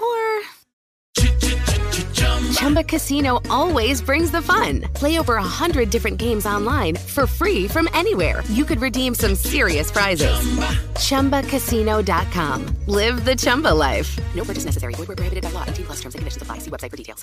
or Chumba Casino always brings the fun. Play over a hundred different games online for free from anywhere. You could redeem some serious prizes. ChumbaCasino.com. Live the Chumba life. No purchase necessary. Void where prohibited by law. T plus terms and conditions apply. See website for details.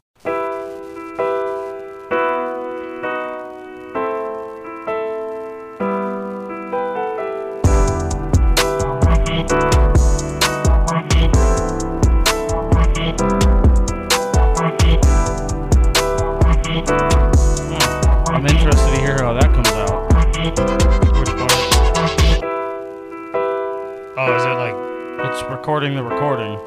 I'm interested to hear how that comes out. Which part? Oh, is it like it's recording the recording?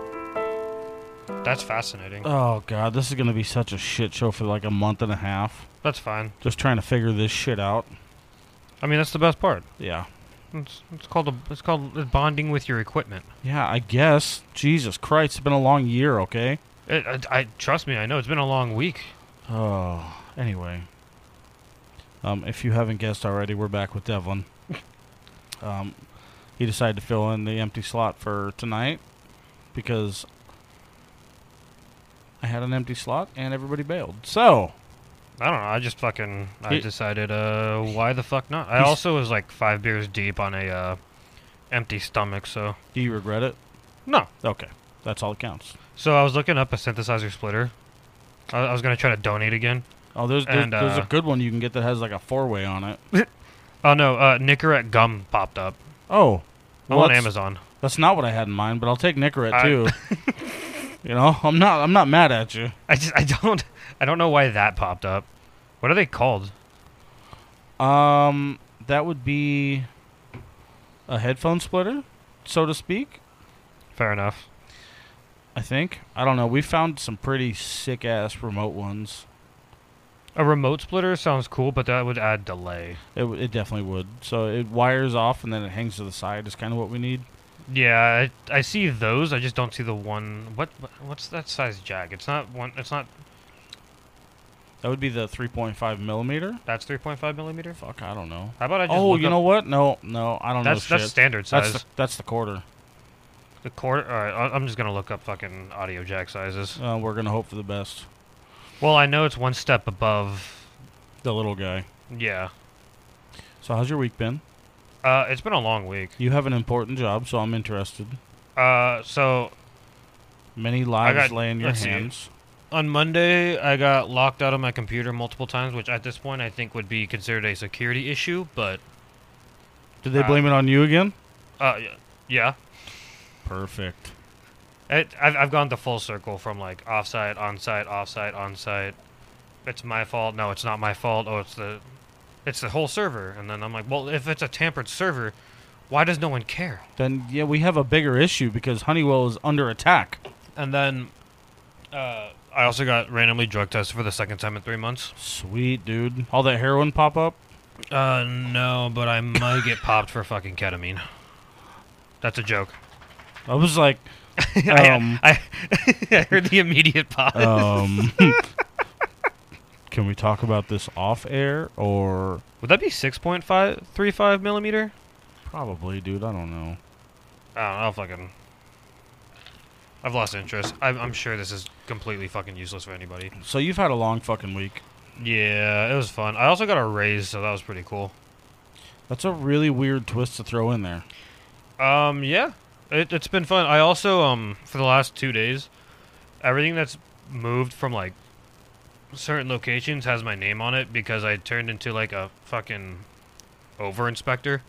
That's fascinating. Oh god, this is gonna be such a shit show for like a month and a half. That's fine. Just trying to figure this shit out. I mean, that's the best part. Yeah. It's, it's called a, it's called bonding with your equipment. Yeah, I guess. Jesus Christ, it's been a long year, okay? It, I, I trust me. I know it's been a long week. Oh, anyway. Um, if you haven't guessed already, we're back with Devlin. Um, he decided to fill in the empty slot for tonight because I had an empty slot and everybody bailed. So, I don't know. I just fucking I He- decided. Uh, why the fuck not? I He's- also was like five beers deep on a uh, empty stomach. So do you regret it? no. Okay, that's all that counts. So I was looking up a synthesizer splitter. I, I was gonna try to donate again. Oh, there's there's, And, there's uh, a good one you can get that has like a four way on it. Oh no, uh, Nicorette gum popped up. Oh, I'm well, on that's- Amazon. That's not what I had in mind, but I'll take Nicorette I- too. you know, I'm not I'm not mad at you. I just I don't I don't know why that popped up. What are they called? Um, that would be a headphone splitter, so to speak. Fair enough. I think. I don't know. We found some pretty sick ass remote ones. A remote splitter sounds cool, but that would add delay. It, w- it definitely would. So it wires off and then it hangs to the side. Is kind of what we need. Yeah, I, I see those. I just don't see the one. What what- what's that size jag? It's not one. It's not. That would be the 3.5 millimeter. That's 3.5 millimeter. Fuck, I don't know. How about I just? Oh, look you up- know what? No, no, I don't That's know. that's shit. standard That's size. the, that's the quarter. the quarter. All right, I- I'm just gonna look up fucking audio jack sizes. Uh, we're gonna hope for the best. Well, I know it's one step above. The little guy. Yeah. So how's your week been? Uh, it's been a long week. You have an important job, so I'm interested. Uh, so Many lives got- lay in your let's see. hands. on Monday, I got locked out of my computer multiple times, which at this point I think would be considered a security issue. But Did they Uh, blame it on you again? uh, y- yeah, Perfect. It, I've, I've gone the full circle from like offsite, onsite, offsite, onsite. It's my fault. No, it's not my fault. Oh, it's the, it's the whole server. And then I'm like, well, if it's a tampered server, why does no one care? Then yeah, we have a bigger issue because Honeywell is under attack. And then, uh, I also got randomly drug tested for the second time in three months. Sweet dude. All that heroin pop up? Uh, no, but I might get popped for fucking ketamine. That's a joke. I was like um I, I heard the immediate pop. um Can we talk about this off air or Would that be six point five three five millimeter? probably dude, I don't know. I don't know. I'll fucking. I've lost interest. I'm, I'm sure this is completely fucking useless for anybody. So you've had a long fucking week. Yeah, it was fun. I also got a raise, so that was pretty cool. That's a really weird twist to throw in there. Um, yeah, it, it's been fun. I also um for the last two days, everything that's moved from like certain locations has my name on it because I turned into like a fucking over inspector.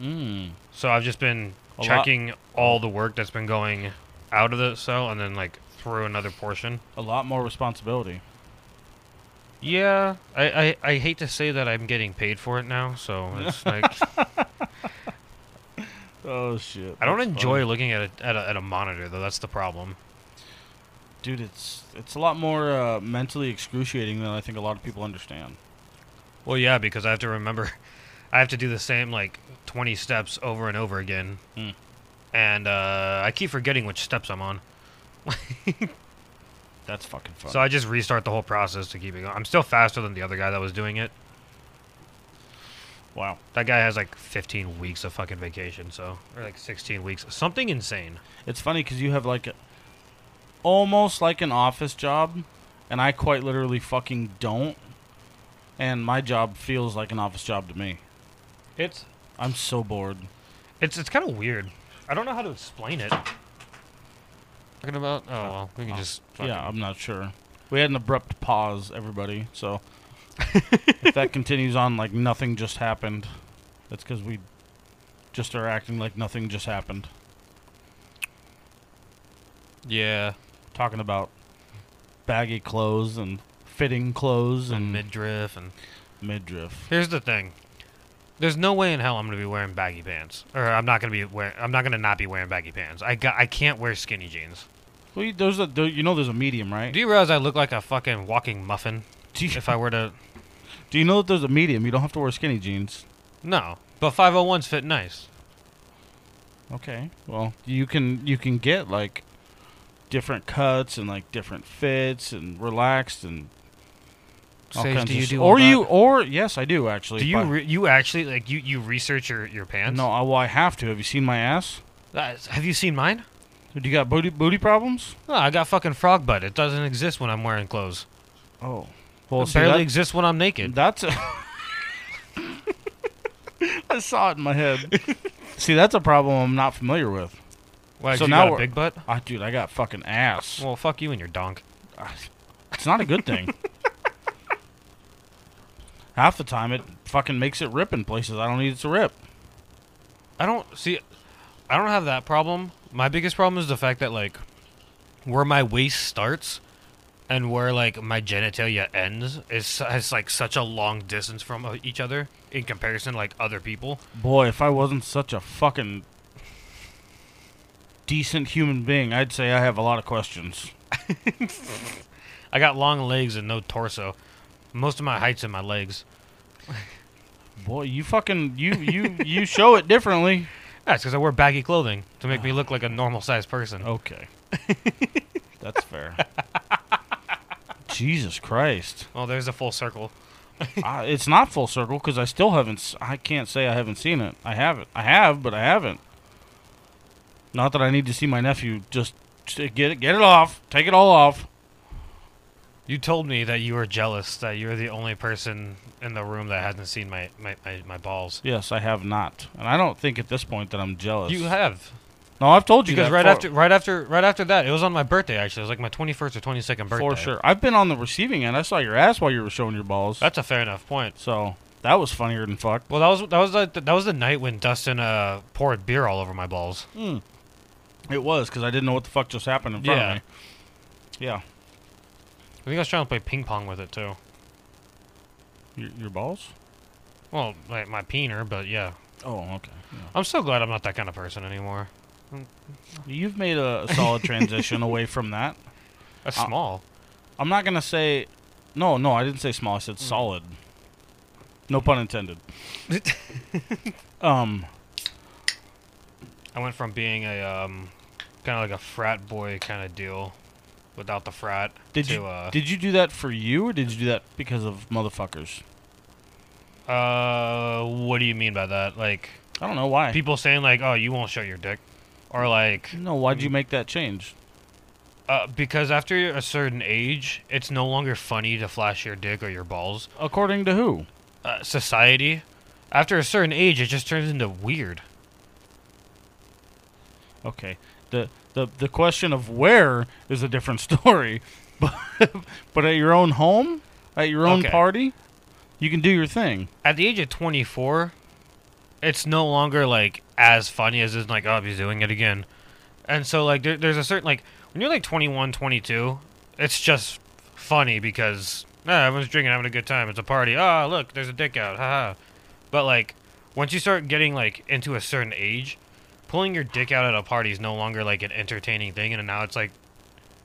Mm. So I've just been A lot- checking all the work that's been going out of the cell and then like through another portion. A lot more responsibility. Yeah, I, I, I hate to say that I'm getting paid for it now, so it's like Oh shit! I don't enjoy looking at a, at a at a monitor though. That's the problem. dude. It's it's a lot more uh, mentally excruciating than I think a lot of people understand. Well, yeah, because I have to remember, I have to do the same like 20 steps over and over again, Hmm. and uh, I keep forgetting which steps I'm on. That's fucking fun. So I just restart the whole process to keep it going. I'm still faster than the other guy that was doing it. wow. That guy has like 15 weeks of fucking vacation, so or like 16 weeks, something insane. It's funny because you have like a, almost like an office job, and I quite literally fucking don't. And my job feels like an office job to me. It's I'm so bored. it's it's kind of weird. I don't know how to explain it. Talking about oh well, we can just Yeah, I'm not sure. We had an abrupt pause, everybody. So if that continues on like nothing just happened, that's because we just are acting like nothing just happened. yeah Talking about baggy clothes and fitting clothes and and midriff and midriff. Here's the thing. There's no way in hell I'm gonna be wearing baggy pants, or I'm not gonna be wearing. I'm not gonna not be wearing baggy pants. I got. I can't wear skinny jeans. Well, you- there's a there, you know there's a medium, right? Do you realize I look like a fucking walking muffin? Do you- If I were to, Do you know that there's a medium? You don't have to wear skinny jeans. no. But 501s fit nice. Okay. Well, you can you can get like different cuts and like different fits and relaxed and all Sage, kinds do of you s- do? all or that? you or yes, I do actually. Do you but- re- you actually like you you research your your pants? no, I, well, I have to. Have you seen my ass? That's- have you seen mine? Dude, you got booty booty problems? No, I got fucking frog butt. It doesn't exist when I'm wearing clothes. Oh, well, it see, barely that- exists when I'm naked. that's. A I saw it in my head. see, that's a problem I'm not familiar with. Why? so So you now now got a we're- big butt. Ah, dude, I got fucking ass. Well, fuck you and your donk. It's not a good thing. Half the time, it fucking makes it rip in places I don't need it to rip. I don't see. I don't have that problem. My biggest problem is the fact that like where my waist starts and where like my genitalia ends is has like such a long distance from uh, each other in comparison to, like other people. Boy, if I wasn't such a fucking decent human being, I'd say I have a lot of questions. I got long legs and no torso. Most of my height's in my legs. Boy, you fucking you you you show it differently. That's because I wear baggy clothing to make me look like a normal sized person. Okay, that's fair. Jesus Christ, Well, there's a full circle. I, it's not full circle because I still haven't. s- I can't say I haven't seen it. I haven't. I have, but I haven't. Not that I need to see my nephew. Just t- get it, get it off. Take it all off. You told me that you were jealous that you're the only person in the room that hasn't seen my, my, my, my balls. Yes, I have not, and I don't think at this point that I'm jealous. You have. no, I've told you because that right for- after right after right after that it was on my birthday actually it was like my 21st or 22nd birthday for sure. I've been on the receiving end. I saw your ass while you were showing your balls. that's a fair enough point so that was funnier than fuck. well that was that was like the, that was the night when dustin uh poured beer all over my balls Mm-hmm. It was because I didn't know what the fuck just happened in front Yeah. of me. Yeah, i think i was trying to play ping pong with it too your, your balls. well like my peener but yeah Oh, okay. Yeah. i'm so glad i'm not that kind of person anymore You've made a solid transition away from that. that's Uh, small I'm not gonna say. No, no, I didn't say small. I said Hmm. solid. No pun intended. um, i went from being a um kind of like a frat boy kind of deal without the frat did to you uh did you do that for you, or did you do that because of motherfuckers? uh what do you mean by that like I don't know why. people saying like oh you won't show your dick or like no, why'd Hmm. you make that change? Uh, because after a certain age, it's no longer funny to flash your dick or your balls. According to who? Uh, society, after a certain age, it just turns into weird. Okay. The the the question of where is a different story, but but at your own home, at your own Okay. party, you can do your thing. At the age of 24, it's no longer like as funny as it's like, oh, he's doing it again. And so like, there, there's a certain like When you're like 21, 22, it's just funny because ah, everyone's drinking, having a good time. It's a party. Ah, look, there's a dick out. Haha. But like, once you start getting like into a certain age, pulling your dick out at a party is no longer like an entertaining thing, and now it's like,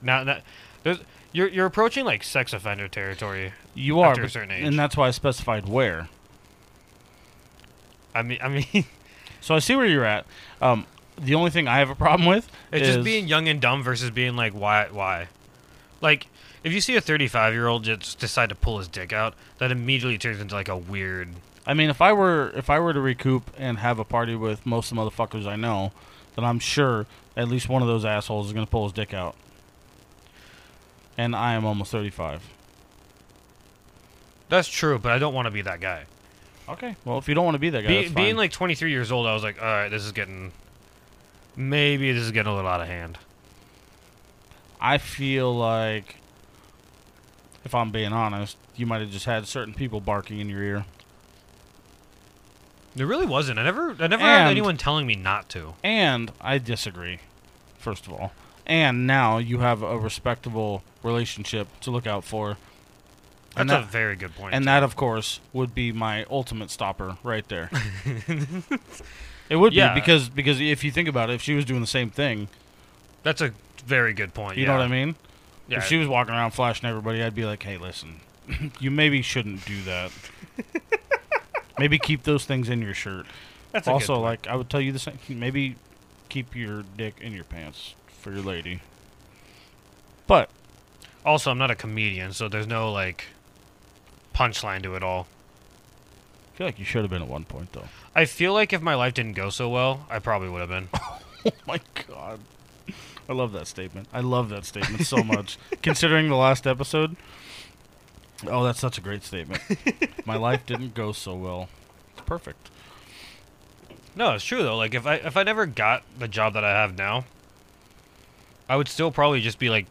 now that there's you're you're approaching like sex offender territory. You are, after a but- certain age. and that's why I specified where. I mean, I mean, So I see where you're at. Um, the only thing I have a problem with It's is just being young and dumb versus being like, why, why? Like, if you see a 35 year old just decide to pull his dick out, that immediately turns into like a weird. I mean, if I were if I were to recoup and have a party with most of the motherfuckers I know, then I'm sure at least one of those assholes is gonna pull his dick out. And I am almost 35. That's true, but I don't want to be that guy. Okay. Well, if you don't want to be that guy, Be, that's fine. being like 23 years old, I was like, all right, this is getting. Maybe this is getting a little out of hand. I feel like, if I'm being honest, you might have just had certain people barking in your ear. There really wasn't. I never, I never had And- anyone telling me not to. And I disagree, first of all. And now you have a respectable relationship to look out for. That's And a that- very good point. And too. that, of course, would be my ultimate stopper right there. it would Yeah. be because because if you think about it, if she was doing the same thing, that's a very good point. you yeah. know what I mean? Yeah. If she was walking around flashing everybody, I'd be like, "Hey, listen, you maybe shouldn't do that. maybe keep those things in your shirt. that's a good also, point. like, I would tell you the same. Maybe keep your dick in your pants for your lady. But Also, I'm not a comedian, so there's no like punchline to it all. I feel like you should have been at one point, though. I feel like if my life didn't go so well, I probably would have been. My God, I love that statement. I love that statement so much. Considering the last episode. Oh, that's such a great statement. My life didn't go so well. It's perfect. No, it's true though. Like if I if I never got the job that I have now, I would still probably just be like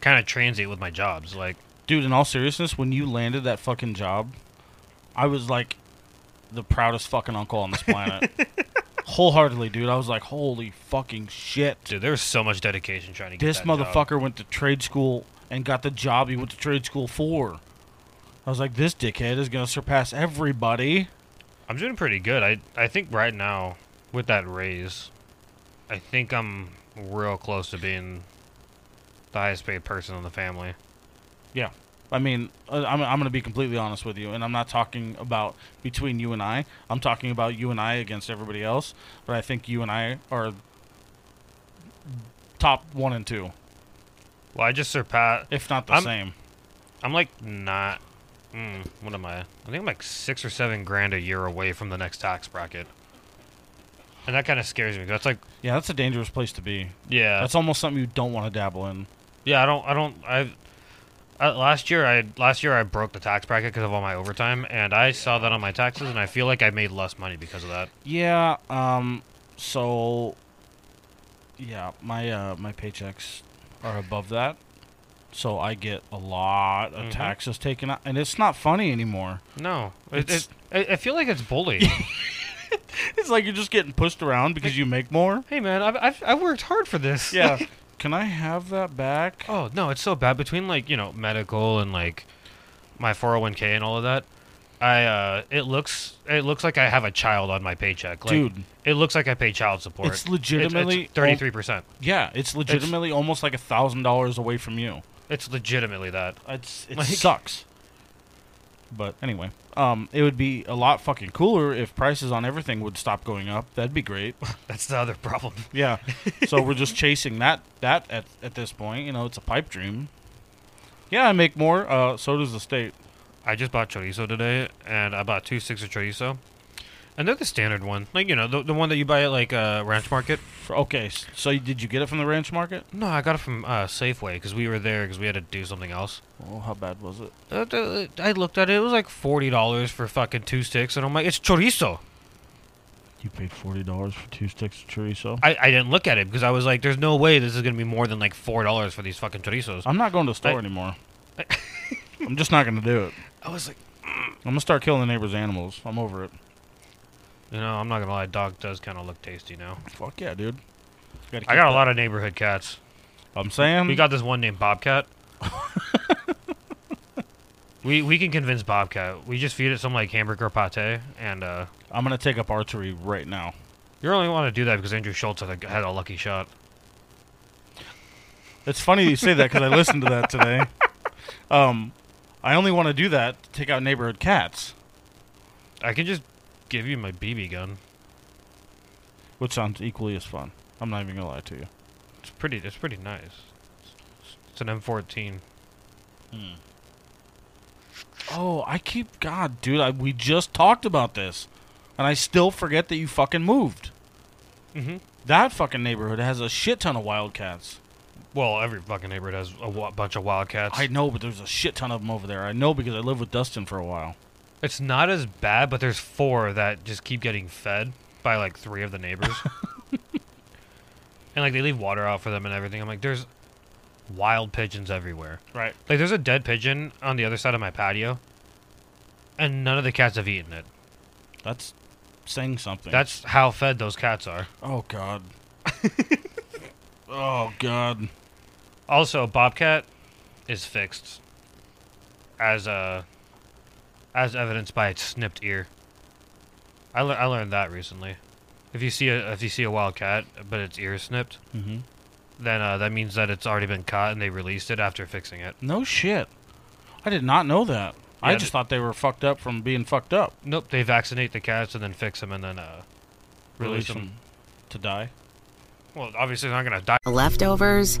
kind of transient with my jobs. Like Dude, in all seriousness, when you landed that fucking job, I was like the proudest fucking uncle on this planet. Wholeheartedly, dude. I was like, holy fucking shit. dude, there's so much dedication trying to get This that job. motherfucker went to trade school and got the job he went to trade school for. I was like, this dickhead is going to surpass everybody. I'm doing pretty good. I I think right now with that raise, I think I'm real close to being the highest paid person in the family. Yeah. I mean, uh, I'm, I'm going to be completely honest with you, and I'm not talking about between you and I. I'm talking about you and I against everybody else, but I think you and I are top one and two, Well, I just surpassed. if not the I'm- same. I'm like not. Mm, what am I? I think I'm like six or seven grand a year away from the next tax bracket, and that kind of scares me. 'cause That's like, Yeah, that's a dangerous place to be. yeah, That's almost something you don't want to dabble in. yeah. I don't, I don't. I uh, last year, I last year I broke the tax bracket because of all my overtime, and I saw that on my taxes, and I feel like I made less money because of that. Yeah. Um. So. Yeah, my uh, my paychecks are above that, so I get a lot of Mhm. taxes taken out, and it's not funny anymore. No, it, It's- it, I, I feel like it's bullying. It's like you're just getting pushed around because you make more. hey man, I've, I've I worked hard for this. Yeah. Can I have that back? Oh no, it's so bad between like you know medical and like my 401k and all of that. I uh, it looks it looks like I have a child on my paycheck, like, Dude. It looks like I pay child support. It's legitimately al- thirty three percent. Yeah, it's legitimately almost like a thousand dollars away from you. It's legitimately that. It's it Like- sucks. But anyway, um, it would be a lot fucking cooler if prices on everything would stop going up. That'd be great. That's the other problem. Yeah. so we're just chasing that that at at this point. You know, it's a pipe dream. Yeah, I make more. Uh, so does the state. I just bought chorizo today, and I bought two sticks of chorizo, and they're the standard one, like you know the, the one that you buy at like uh, Ranch Market. For, okay, s- so you- did you get it from the ranch market? No, I got it from uh, Safeway because we were there because we had to do something else. Oh, how bad was it? Uh, th- I looked at it. It was like forty dollars for fucking two sticks, and I'm like, it's chorizo. You paid forty dollars for two sticks of chorizo. I, I didn't look at it because I was like, there's no way this is gonna be more than like four dollars for these fucking chorizos. I'm not going to the store I- anymore. I'm just not going to do it. I was like, I'm gonna start killing the neighbor's animals. I'm over it. you know, I'm not gonna lie, dog does kind of look tasty now. Fuck yeah, dude. I got a lot of neighborhood cats. I'm saying We got this one named Bobcat. we we can convince Bobcat. We just feed it some like hamburger pate, and uh, I'm gonna take up archery right now. you only want to do that because Andrew Schultz had a, had a lucky shot. It's funny you say that because I listened to that today. Um, I only want to do that to take out neighborhood cats, I can just give you my BB gun. which sounds equally as fun. I'm not even gonna lie to you. It's pretty. It's pretty nice. It's- It's an M14. Oh, I keep God, dude. I, we just talked about this, and I still forget that you fucking moved. Mhm. That fucking neighborhood has a shit ton of wildcats. Well, every fucking neighborhood has a wa- bunch of wildcats. I know, but there's a shit ton of them over there. I know because I lived with Dustin for a while. It's not as bad, but there's four that just keep getting fed by like three of the neighbors. and like they leave water out for them and everything. I'm like, there's wild pigeons everywhere. Right. Like there's a dead pigeon on the other side of my patio, and none of the cats have eaten it. That's saying something. That's how fed those cats are. oh God. oh God. Also, Bobcat is fixed, as uh, as evidenced by its snipped ear. I, lear I learned that recently. If you see a if you see a wild cat but its ear is snipped, Mhm. then uh, that means that it's already been caught and they released it after fixing it. No shit. I did not know that. I Yeah, just th- thought they were fucked up from being fucked up. Nope, they vaccinate the cats and then fix them and then uh, release, them. to die. Well, obviously they're not gonna die. leftovers,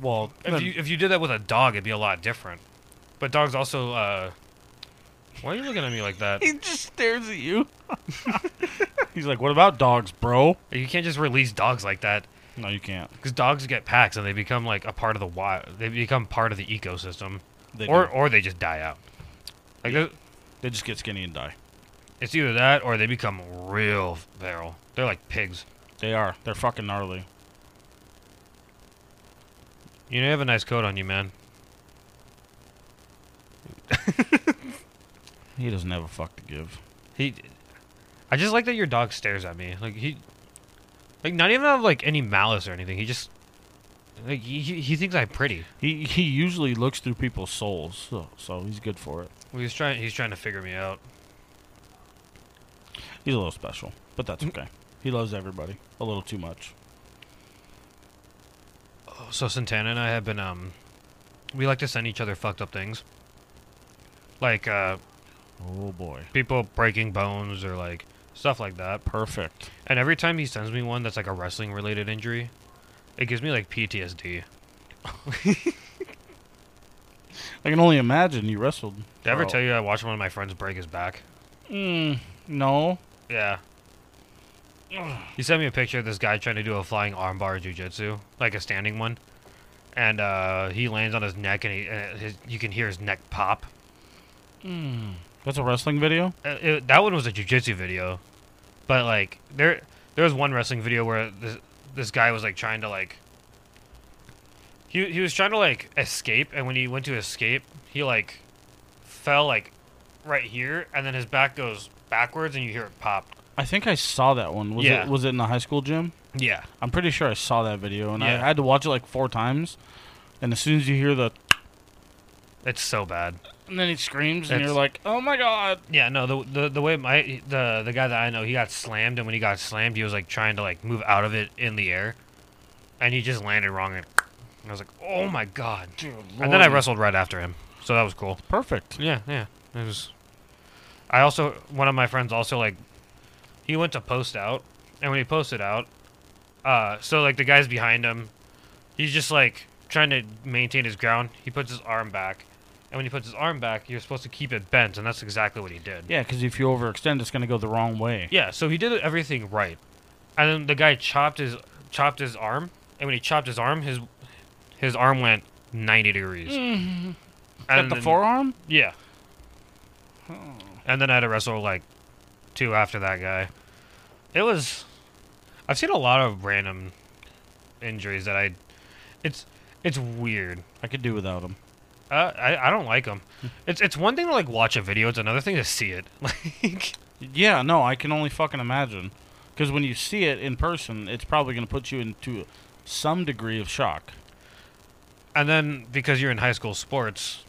Well, If you if you did that with a dog, it'd be a lot different. But dogs also. Uh, why are you looking at me like that? he just stares at you. He's like, "What about dogs, bro?" You can't just release dogs like that No, you can't. because dogs get packs and they become like a part of the wild. They become part of the ecosystem, They or do. or they just die out. Like there- They just get skinny and die. it's either that or they become real feral. They're like pigs. They are. They're fucking gnarly. You know, you have a nice coat on you, man. He doesn't have a fuck to give. He, I just like that your dog stares at me. Like he, like not even out of like any malice or anything. He just, like he he, he thinks I'm pretty. He he usually looks through people's souls, so, so he's good for it. Well, he's trying. He's trying to figure me out. He's a little special, but that's okay. He loves everybody a little too much. So Santana and I have been. Um, we like to send each other fucked up things. Like uh, Oh boy, people breaking bones or like stuff like that. perfect. And every time he sends me one that's like a wrestling related injury, it gives me like PTSD. I can only imagine you wrestled. Did I ever Oh. tell you I watched one of my friends break his back? Mm, no. Yeah. He sent me a picture of this guy trying to do a flying armbar jujitsu, like a standing one, and uh, he lands on his neck, and he, uh, his, you can hear his neck pop. That's a wrestling video. Uh, it, that one was a jujitsu video, but like there, there was one wrestling video where this this guy was like trying to like. He he was trying to like escape, and when he went to escape, he like fell like right here, and then his back goes backwards, and you hear it pop. I think I saw that one. Was Yeah. it was it in the high school gym? Yeah. I'm pretty sure I saw that video, and I Yeah. had to watch it like four times. And as soon as you hear the, It's so bad. and then he screams, and you're That's- like, "Oh my god!" Yeah, no, the the, the way my the the guy that I know, he got slammed, and when he got slammed, he was like trying to like move out of it in the air, and he just landed wrong, and I was like, oh my god, and then I lordy. wrestled right after him, so that was cool. Perfect. Yeah, yeah, it was. I also one of my friends also like, he went to post out, and when he posted out, uh, so like the guys behind him, he's just like trying to maintain his ground. He puts his arm back. And when he puts his arm back, you're supposed to keep it bent, and that's exactly what he did. Yeah, because if you overextend, it's gonna go the wrong way. Yeah, so he did everything right, and then the guy chopped his chopped his arm, and when he chopped his arm, his his arm went 90 degrees. Mm-hmm. At the then- forearm? Yeah. And then I had to wrestle like two after that guy. It was. I've seen a lot of random injuries that I. It's it's weird. I could do without him. Uh, I I don't like them. Hmm. It's it's one thing to like watch a video. It's another thing to see it. Like Yeah, no, I can only fucking imagine. Because when you see it in person, it's probably going to put you into some degree of shock. and then because you're in high school sports,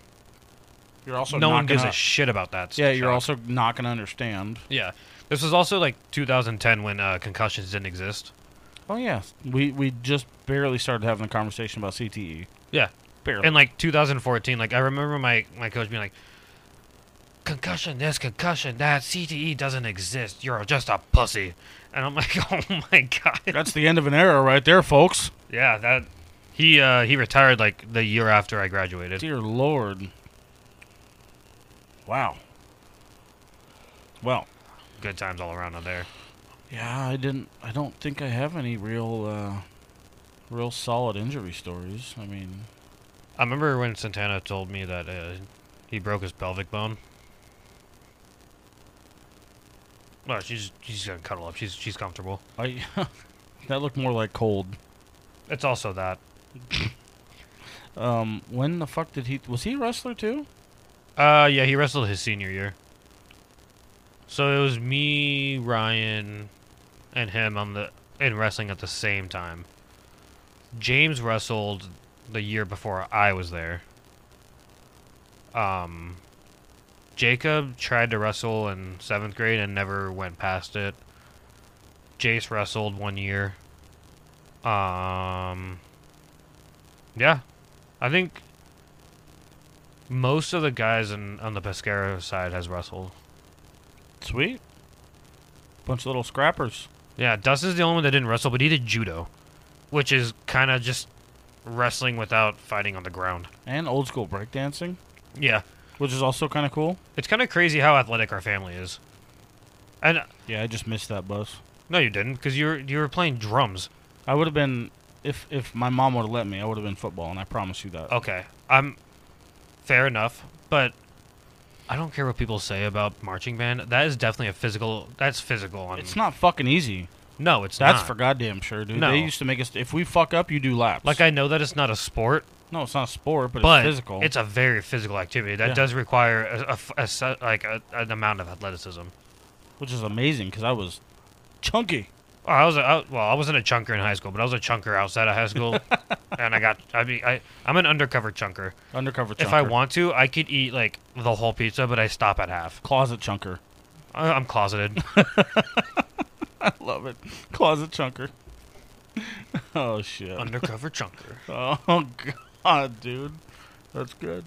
You're also no not one gives gonna, a shit about that. Yeah, you're shock. also not going to understand. Yeah, this was also like 2010 when uh, concussions didn't exist. Oh yeah, we we just barely started having a conversation about CTE. Yeah, Barely. in like 2014 like i remember my my coach being like concussion this concussion that cte doesn't exist you're just a pussy and i'm like oh my god that's the end of an era right there, folks. yeah that he uh he retired like the year after i graduated Dear Lord. Wow. Well, good times all around on there yeah, I didn't. I don't think I have any real, uh, real solid injury stories. I mean, i remember when santana told me that uh, he broke his pelvic bone well she's she's gonna cuddle up she's she's comfortable I that looked more like cold. it's also that Um, when the fuck did he? Was he a wrestler too? Uh, yeah, he wrestled his senior year. So it was me, Ryan, and him on the in wrestling at the same time. James wrestled the year before I was there. Um, Jacob tried to wrestle in seventh grade and never went past it. Jace wrestled one year. Um, yeah, I think most of the guys in, on the Pescara side has wrestled. Sweet. Bunch of little scrappers. Yeah, Dustin's the only one that didn't wrestle, but he did judo, which is kind of just wrestling without fighting on the ground. And old school breakdancing, Yeah, which is also kind of cool. it's kind of crazy how athletic our family is. And uh, Yeah, I just missed that bus. no, you didn't, because you were you were playing drums. I would have been if if my mom would have let me. I would have been football, and I promise you that. Okay, I'm fair enough, but I don't care what people say about marching band. That is definitely a physical. That's physical. On, It's not fucking easy. No, it's That's not. for goddamn sure, dude. No. They used to make us. If we fuck up, you do laps. Like I know that it's not a sport, no, it's not a sport, but, but it's physical. It's a very physical activity that Yeah. does require a, a f- a se- like a, an amount of athleticism. which is amazing because I was chunky. Oh, I was a, I, well, I wasn't a chunker in high school, but I was a chunker outside of high school, and I got I mean I I'm an undercover chunker. Undercover. Chunker. If I want to, I could eat like the whole pizza, but I stop at half. closet chunker. I, I'm closeted. Love it. Closet chunker. oh shit. undercover chunker. Oh god, dude, that's good.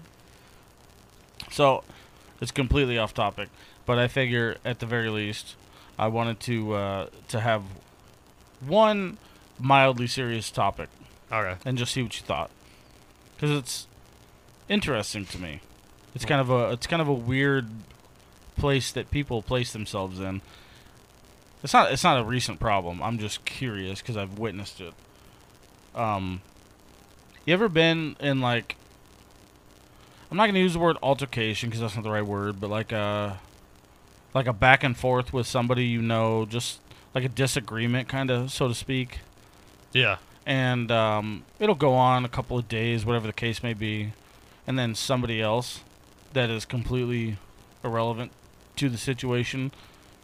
So, it's completely off topic, but I figure at the very least, I wanted to uh, to have one mildly serious topic Okay. and just see what you thought, because it's interesting to me. It's kind of a it's kind of a weird place that people place themselves in. It's not it's not a recent problem. I'm just curious because I've witnessed it. Um, you ever been in like? I'm not gonna use the word altercation because that's not the right word, but like a like a back and forth with somebody you know, just like a disagreement, kind of so to speak Yeah. and um, it'll go on a couple of days, whatever the case may be, and then somebody else that is completely irrelevant to the situation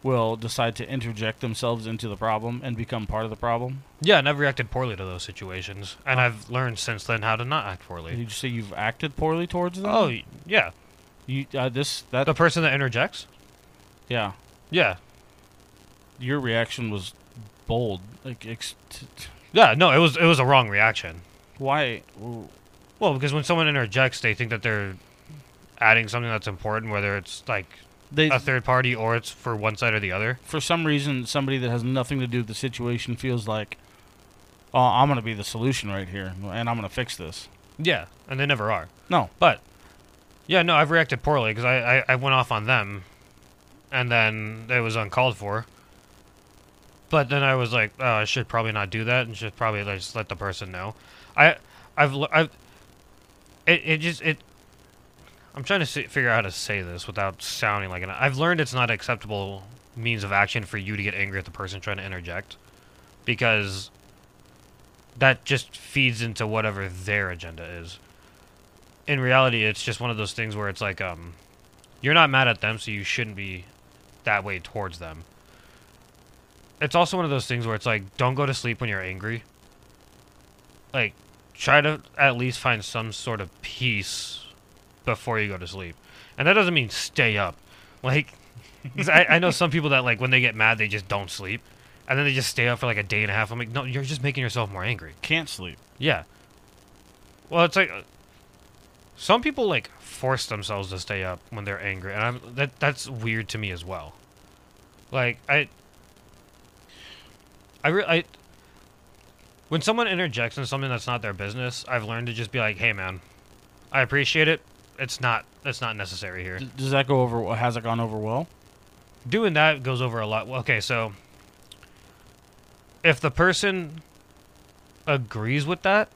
will decide to interject themselves into the problem and become part of the problem. Yeah, and I've reacted poorly to those situations, and I've learned since then how to not act Did poorly. you say you've acted poorly towards them? Oh, y- yeah. you uh, this that The person that interjects. yeah. Yeah. Your reaction was bold. Like ex- t- t- Yeah. No, it was it was a wrong reaction. why? w- Well, because when someone interjects, they think that they're adding something that's important, whether it's like They a third party or it's for one side or the other. for some reason somebody that has nothing to do with the situation feels like, oh, I'm gonna be the solution right here, and I'm gonna fix this. Yeah, and they never are. No, But yeah, no, I've reacted poorly because I, I I went off on them, and then it was uncalled for. But then I was like, oh, I should probably not do that, and should probably like, just let the person know. I I've l- I've it it just it. I'm trying to see, figure out how to say this without sounding like an. I've learned it's not acceptable means of action for you to get angry at the person trying to interject, because that just feeds into whatever their agenda is. In reality, it's just one of those things where it's like um, you're not mad at them, so you shouldn't be that way towards them. It's also one of those things where it's like, don't go to sleep when you're angry. Like, try to at least find some sort of peace before you go to sleep. And that doesn't mean stay up. Like, 'cause I, I know some people that, like, when they get mad, they just don't sleep. And then they just stay up for like a day and a half. I'm like, no, you're just making yourself more angry. Can't sleep. Yeah. Well, it's like uh, some people like force themselves to stay up when they're angry, and I'm that that's weird to me as well. Like I, I re- I when someone interjects in something that's not their business, I've learned to just be like, "Hey, man, I appreciate it. It's not it's not necessary here." D- does that go over? Has it gone over well? doing that goes over a lot. Well, Okay, so if the person agrees with that,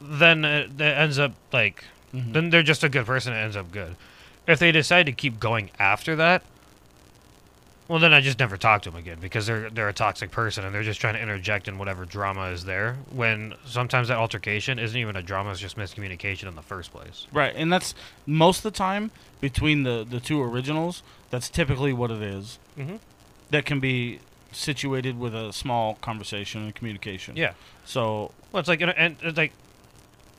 then it, that ends up like then they're just a good person. It ends up good. If they decide to keep going after that, well, then I just never talk to them again because they're they're a toxic person and they're just trying to interject in whatever drama is there. When sometimes that altercation isn't even a drama; it's just miscommunication in the first place. Right, and that's most of the time between the the two originals. That's typically what it is. Mhm. That can be situated with a small conversation and communication. Yeah. So Well, it's like in a, and it's like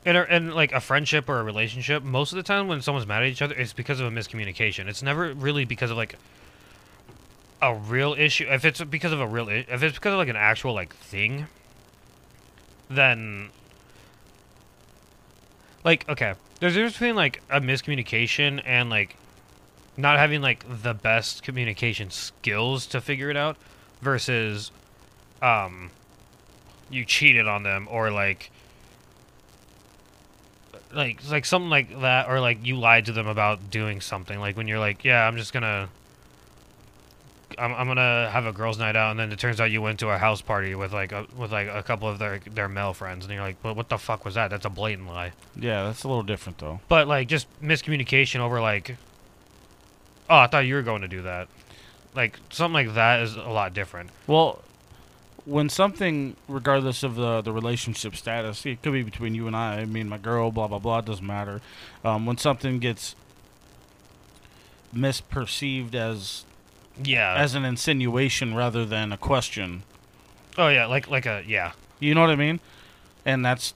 in, a, in like a friendship or a relationship. Most of the time, when someone's mad at each other, it's because of a miscommunication. It's never really because of like a real issue. If it's because of a real, I- if it's because of like an actual like thing, then like okay, there's a difference between like a miscommunication and like not having like the best communication skills to figure it out versus um you cheated on them or like like like something like that or like you lied to them about doing something like when you're like yeah i'm just gonna i'm, I'm gonna have a girls night out and then it turns out you went to a house party with like a, with like a couple of their their male friends and you're like but what the fuck was that that's a blatant lie yeah, that's a little different though. but like just miscommunication over like oh i thought you were going to do that like something like that is a lot different Well, when something, regardless of the the relationship status, it could be between you and I, me and my girl, blah blah blah, it doesn't matter. Um, when something gets misperceived as yeah as an insinuation rather than a question, oh yeah like like a yeah You know what I mean? And that's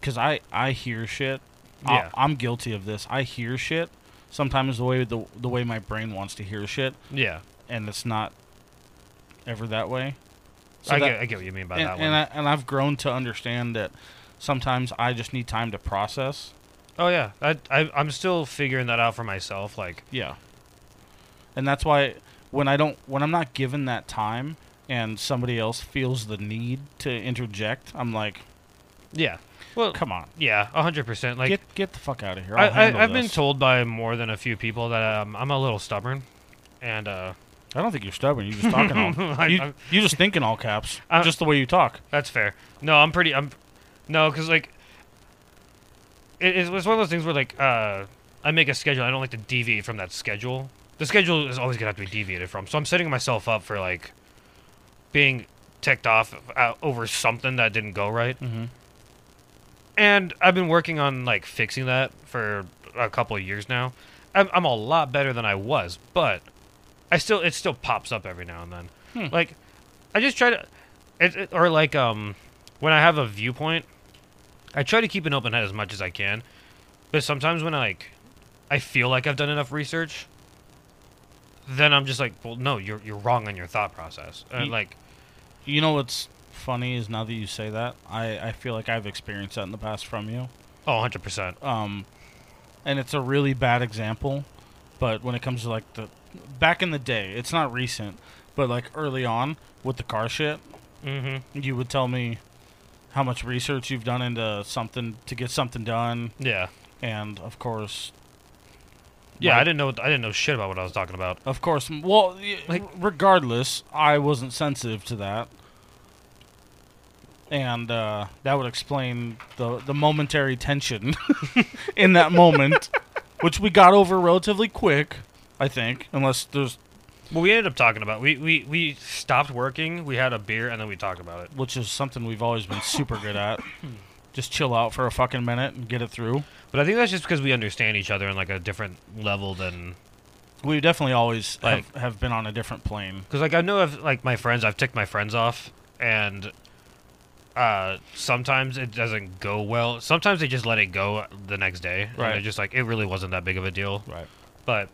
because I I hear shit. Yeah. I, I'm guilty of this. I hear shit sometimes the way the the way my brain wants to hear shit, yeah and it's not ever that way. I, that- get, I get what you mean by and, that one. and I and I've grown to understand that sometimes I just need time to process. oh yeah, I, I I'm still figuring that out for myself. Like Yeah. And that's why when I don't when I'm not given that time and somebody else feels the need to interject, I'm like, yeah, well, come on, yeah, hundred percent. Like get get the fuck out of here. I, I'll handle I I've been this. told by more than a few people that um, I'm a little stubborn, and uh, I don't think you're stubborn. You're just talking all. I- you, I'm- you just think in all caps. I- just the way you talk. that's fair. No, I'm pretty. I'm no, because like it, it's, it's one of those things where like uh, I make a schedule. I don't like to deviate from that schedule. The schedule is always gonna have to be deviated from. So I'm setting myself up for like being ticked off uh, over something that didn't go right. Mm-hmm. and I've been working on like fixing that for a couple of years now. I'm, I'm a lot better than I was, but I still it still pops up every now and then. Like I just try to, it, it- or like um when I have a viewpoint, I try to keep an open head as much as I can. But sometimes when I like, I feel like I've done enough research, then I'm just like, well, no, you're you're wrong on your thought process, and Ye- like You know what's funny is now that you say that, I, I feel like I've experienced that in the past from you. oh, 100 percent. Um, and it's a really bad example, but when it comes to like the back in the day, it's not recent, but like early on with the car shit, Mm-hmm. you would tell me how much research you've done into something to get something done, Yeah, and of course, yeah. my- I didn't know I didn't know shit about what I was talking about. Of course. m- Well, like, regardless, I wasn't sensitive to that. and uh, that would explain the the momentary tension in that moment, which we got over relatively quick, I think, unless there's Well, we ended up talking about we we we stopped working. We had a beer and then we talked about it. which is something we've always been super good at. Just chill out for a fucking minute and get it through. But I think that's just because we understand each other on like a different level than We definitely always Like- have, have been on a different plane. Because like I know I've like my friends, I've ticked my friends off, and uh, sometimes it doesn't go well. Sometimes they just let it go the next day, and Right. they're just like it really wasn't that big of a deal. Right. But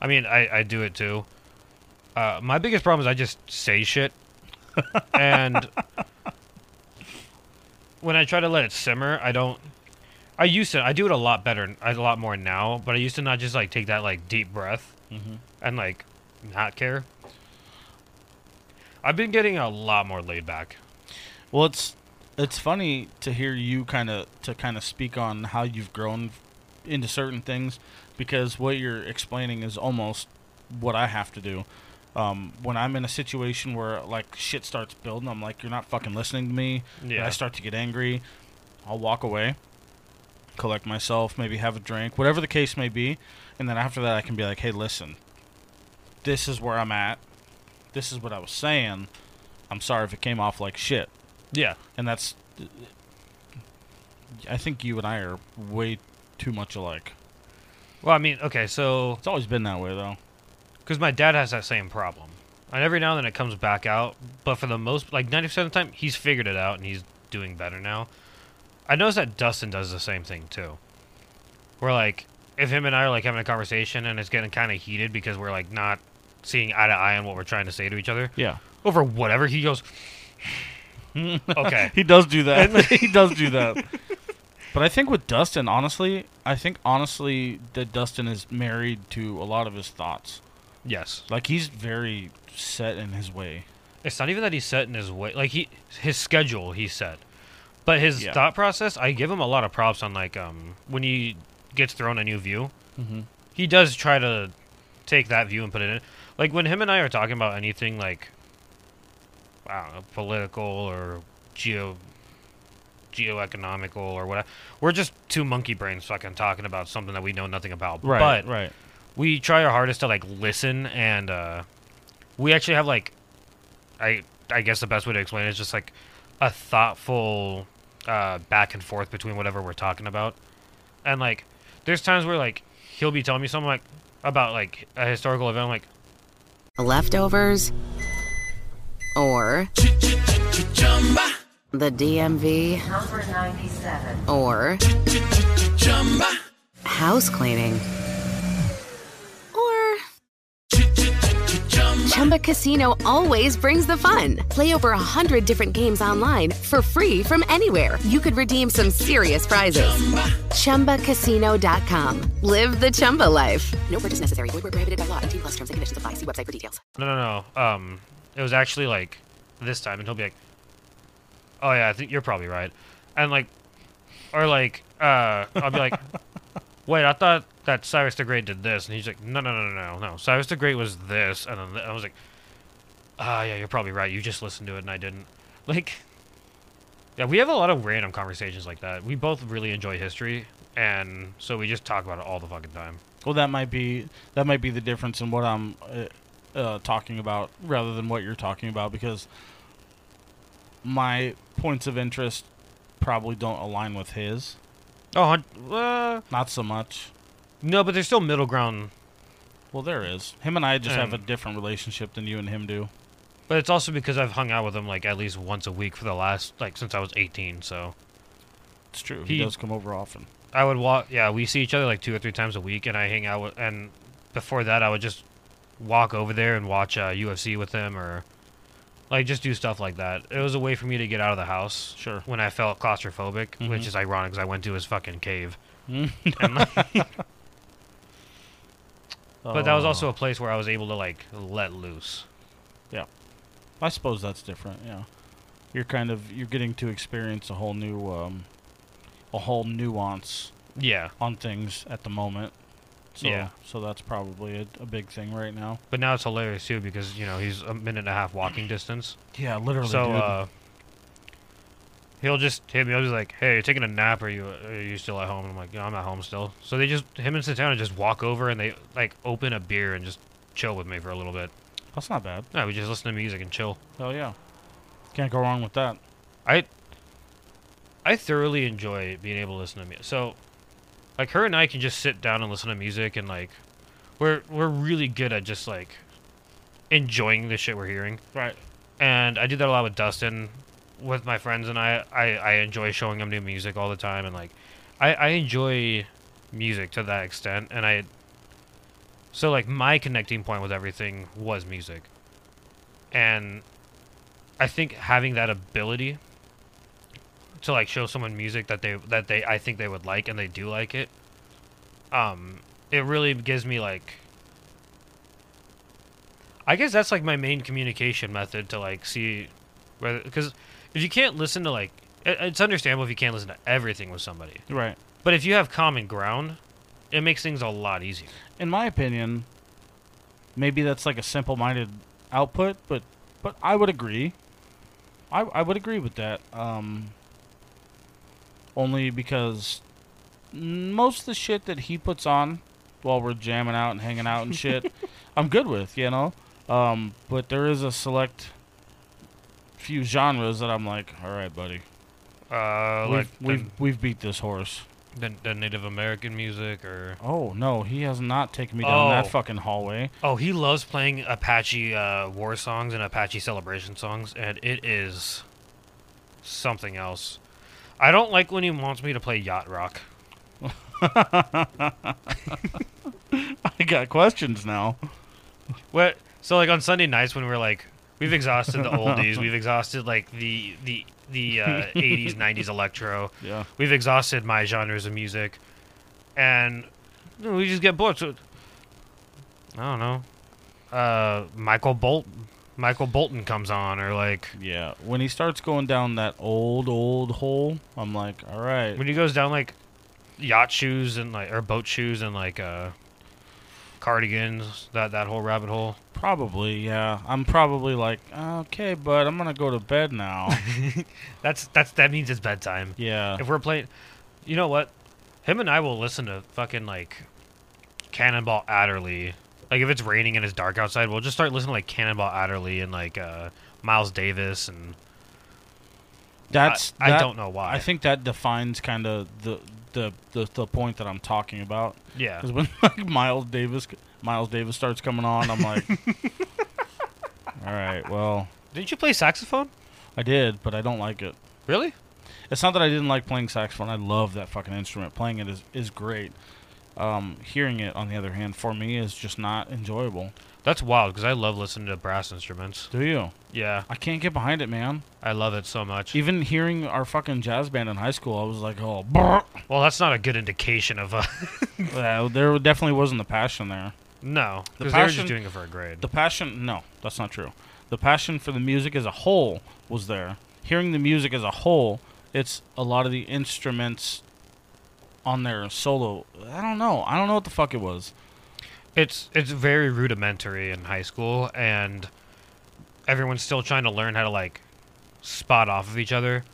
I mean, I I do it too. Uh, my biggest problem is I just say shit, and when I try to let it simmer, I don't. I used to. I do it a lot better, a lot more now. But I used to not just like take that like deep breath and like not care. I've been getting a lot more laid back. Well, it's it's funny to hear you kind of to kind of speak on how you've grown into certain things because what you're explaining is almost what I have to do. Um, when I'm in a situation where like shit starts building, I'm like, you're not fucking listening to me. and Yeah. I start to get angry. I'll walk away, collect myself, maybe have a drink, whatever the case may be, and then after that, I can be like, hey, listen, this is where I'm at. This is what I was saying. I'm sorry if it came off like shit Yeah. and that's i think you and i are way too much alike Well, I mean, okay, so it's always been that way though because my dad has that same problem, and every now and then it comes back out. But for the most, like ninety percent of the time, he's figured it out and he's doing better now. I notice that Dustin does the same thing too. Where like, if him and I are like having a conversation and it's getting kind of heated because we're like not seeing eye to eye on what we're trying to say to each other yeah over whatever, he goes, "Okay, he does do that he does do that but i think with dustin honestly i think honestly that dustin is married to a lot of his thoughts yes." like he's very set in his way It's not even that he's set in his way. Like he, his schedule, he's set. But his Yeah. thought process, I give him a lot of props on. Like, um, when he gets thrown a new view, Mm-hmm. he does try to take that view and put it in. Like when him and I are talking about anything, like I don't know, political or geo, geoeconomical or whatever, we're just two monkey brains fucking talking about something that we know nothing about. but right we try our hardest to like listen and uh we actually have like i i guess the best way to explain it is just like a thoughtful uh back and forth between whatever we're talking about and like there's times where like he'll be telling me something like about like a historical event I'm like Leftovers or the DMV Number 97. or house cleaning or Chumba Casino always brings the fun. Play over a hundred different games online for free from anywhere. You could redeem some serious prizes. ChumbaCasino.com. Live the Chumba life. No purchase necessary. Void where prohibited by law. 18 plus terms and conditions apply. See website for details. no no no um it was actually like this time and he'll be like oh yeah i think you're probably right and like or like uh i'll be like wait i thought that cyrus the great did this and he's like no no no no no no cyrus the great was this and then th- i was like ah yeah you're probably right you just listened to it and i didn't like yeah we have a lot of random conversations like that we both really enjoy history and so we just talk about it all the fucking time well that might be that might be the difference in what i'm uh, uh, talking about rather than what you're talking about because my points of interest probably don't align with his oh hun- uh, Not so much. no but there's still middle ground Well, there is. Him and I just have a Um, different relationship than you and him do. But it's also because I've hung out with him like at least once a week for the last like since I was 18. So It's true. He, he- does come over often. I would walk. Yeah, we see each other like two or three times a week, and I hang out with. And before that, I would just walk over there and watch uh, UFC with him or like just do stuff like that. It was a way for me to get out of the house. Sure. Mm-hmm. When I felt claustrophobic, which is ironic because I went to his fucking cave. But that was Oh. also a place where I was able to like let loose. Yeah. I suppose that's different. Yeah. You're kind of you're getting to experience a whole new um, a whole nuance Yeah. on things at the moment. So, Yeah. So that's probably a, a big thing right now. But now it's hilarious too because you know he's a minute and a half walking distance. Yeah, literally. So uh, he'll just hit me. I was like, "Hey, you're taking a nap? Or you are you still at home?" And I'm like, "No, I'm at home still." So they just him and Santana just walk over and they like open a beer and just chill with me for a little bit. That's not bad. No, we just listen to music and chill. Hell yeah. Can't go wrong with that. I I thoroughly enjoy being able to listen to music. So, like her and I can just sit down and listen to music, and like we're we're really good at just like enjoying the shit we're hearing. Right. And I do that a lot with Dustin, with my friends, and I I, I enjoy showing them new music all the time, and like I I enjoy music to that extent, and I so like my connecting point with everything was music, and I think having that ability to like show someone music that they that they I think they would like and they do like it. Um, it really gives me like. I guess that's like my main communication method to like see, whether because if you can't listen to like it, it's understandable if you can't listen to everything with somebody, Right. but if you have common ground, it makes things a lot easier. In my opinion, maybe that's like a simple minded output, but but I would agree. I I would agree with that. Um only because most of the shit that he puts on while we're jamming out and hanging out and shit, I'm good with, you know? Um, but there is a select few genres that I'm like, all right, buddy. Uh, We've, like we've, we've beat this horse. the, the Native American music or Oh, no, he has not taken me down Oh. that fucking hallway. oh, he loves playing Apache uh, war songs and Apache celebration songs, and it is something else. I don't like when he wants me to play yacht rock. I got questions now. What? So like on Sunday nights when we're like we've exhausted the oldies, we've exhausted like the the the uh, 80s 90s electro. Yeah. We've exhausted my genres of music, and you know, we just get bored. So I don't know. Uh, Michael Bolt, Michael Bolton comes on, or like Yeah, when he starts going down that old, old hole, I'm like, all right. when he goes down like yacht shoes and like or boat shoes and like uh cardigans. That that whole rabbit hole. Probably, yeah. I'm probably like, okay, but I'm gonna go to bed now. That's that's that means it's bedtime. yeah. If we're playing, you know what? Him and I will listen to fucking like Cannonball Adderley. Like if it's raining and it's dark outside, we'll just start listening to like Cannonball Adderley and like uh, Miles Davis and That's. I- I that- don't know why. I think that defines kind of the, the the the point that I'm talking about. yeah. Because when like Miles Davis Miles Davis starts coming on, I'm like, all right, well, Didn't you play saxophone? I did, but I don't like it. Really? It's not that I didn't like playing saxophone. I love that fucking instrument. Playing it is, is great. Um, hearing it, on the other hand, for me is just not enjoyable. That's wild because I love listening to brass instruments. Do you? Yeah, I can't get behind it, man. I love it so much. Even hearing our fucking jazz band in high school, I was like, oh, brr. Well, that's not a good indication of uh, Uh, there definitely wasn't the passion there. no, The because they were passion- just doing it for a grade. The passion, no, that's not true. The passion for the music as a whole was there. Hearing the music as a whole, it's a lot of the instruments on their solo. I don't know. I don't know what the fuck it was. it's it's very rudimentary in high school and everyone's still trying to learn how to like spot off of each other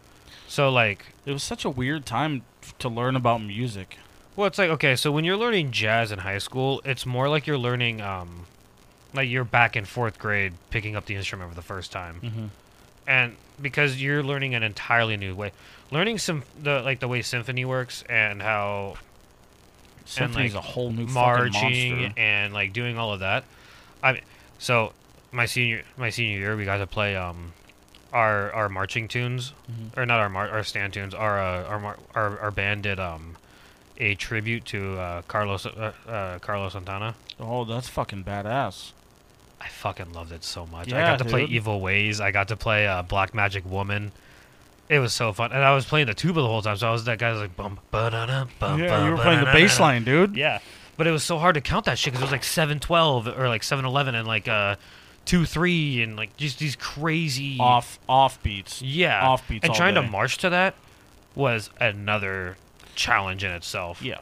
so like It was such a weird time f- to learn about music. well it's like okay so when you're learning jazz in high school it's more like you're learning um like you're back in fourth grade picking up the instrument for the first time and because you're learning an entirely new way learning some the like the way symphony works and how Symphony's like, a whole new fucking marching monster. and like doing all of that. I mean, so my senior my senior year, we got to play um our our marching tunes Mm-hmm. or not our mar- our stand tunes. Our uh, our, mar- our our band did um a tribute to uh, Carlos uh, uh, Carlos Santana. Oh, that's fucking badass. I fucking loved it so much. I Yeah, got to play dude. Evil Ways. I got to play uh, Black Magic Woman. It was so fun, and I was playing the tuba the whole time. So I was that guy was like bum ba da da bum. Yeah, bum, you were playing the ba-da-da-da. bass line, dude. Yeah, but it was so hard to count that shit because it was like seven twelve or like seven eleven and like uh two three and like just these crazy Off off beats. yeah Off beats. and all trying day. to march to that was another challenge in itself. Yeah.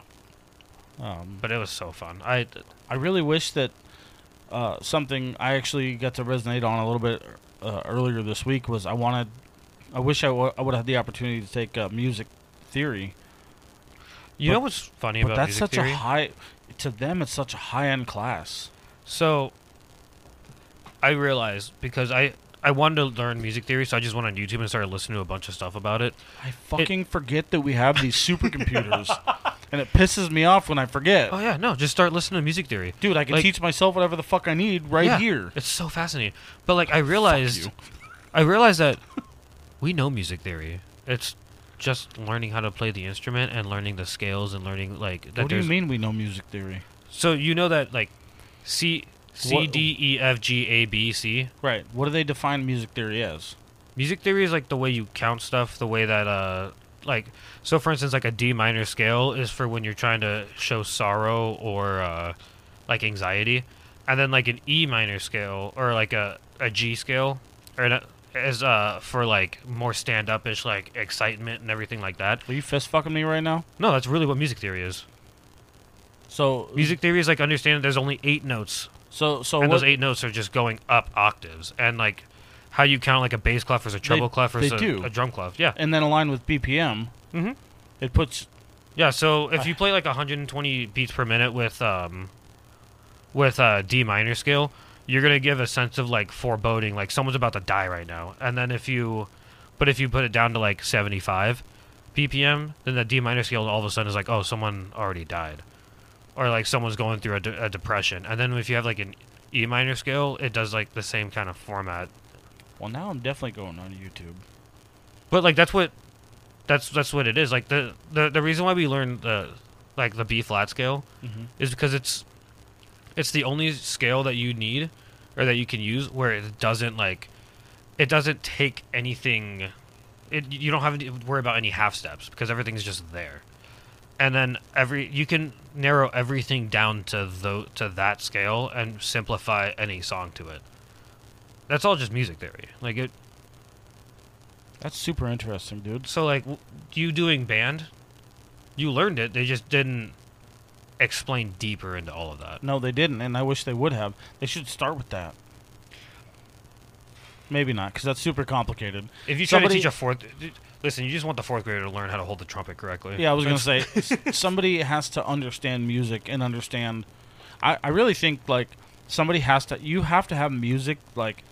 but it was so fun. I I really wish that uh, something I actually got to resonate on a little bit uh, earlier this week was I wanted I wish I would have had the opportunity to take uh, music theory, You But- know what's funny but about that's music such theory? a high. To them, it's such a high-end class. So I realized because I I wanted to learn music theory, so I just went on YouTube and started listening to a bunch of stuff about it. I fucking forget that we have these supercomputers, and it pisses me off when I forget. Oh yeah, no, just start listening to music theory. Dude, I can Like- teach myself whatever the fuck I need right Yeah, here. It's so fascinating. But like I realized I realized that we know music theory. It's just learning how to play the instrument and learning the scales and learning like that What do you there's- mean we know music theory? So you know that like C C D E F G A B C. Right. What do they define music theory as? Music theory is like the way you count stuff, the way that uh like so for instance like a D minor scale is for when you're trying to show sorrow or uh like anxiety. And then like an E minor scale or like a, a G scale or an, is uh for like more stand up ish like excitement and everything like that. Are you fist fucking me right now? No, that's really what music theory is. So Music theory is like understanding there's only eight notes So so and what, those eight notes are just going up octaves and like how you count like a bass clef versus a treble clef versus they a, do. a drum clef yeah and then aligned with BPM, Mhm. it puts yeah so if you play like 120 beats per minute with um with a d minor scale you're gonna give a sense of like foreboding like someone's about to die right now and then if you but if you put it down to like 75 bpm then the d minor scale all of a sudden is like oh someone already died or like someone's going through a, de- a depression and then if you have like an e minor scale it does like the same kind of format well now I'm definitely going on YouTube. But like that's what that's that's what it is. Like the the, the reason why we learned the like the B flat scale is because it's it's the only scale that you need or that you can use where it doesn't like it doesn't take anything it you don't have to worry about any half steps because everything's just there. And then every you can narrow everything down to tho- to that scale and simplify any song to it. That's all just music theory. Like it That's super interesting, dude. so like w- you doing band, you learned it. They just didn't explain deeper into all of that. No, they didn't, and I wish they would have. They should start with that. Maybe not, because that's super complicated. If you try Somebody- to teach a fourth, d- listen, you just want the fourth grader to learn how to hold the trumpet correctly. Yeah, I was gonna say s- somebody has to understand music and understand. I, I really think like somebody has to. You have to have music like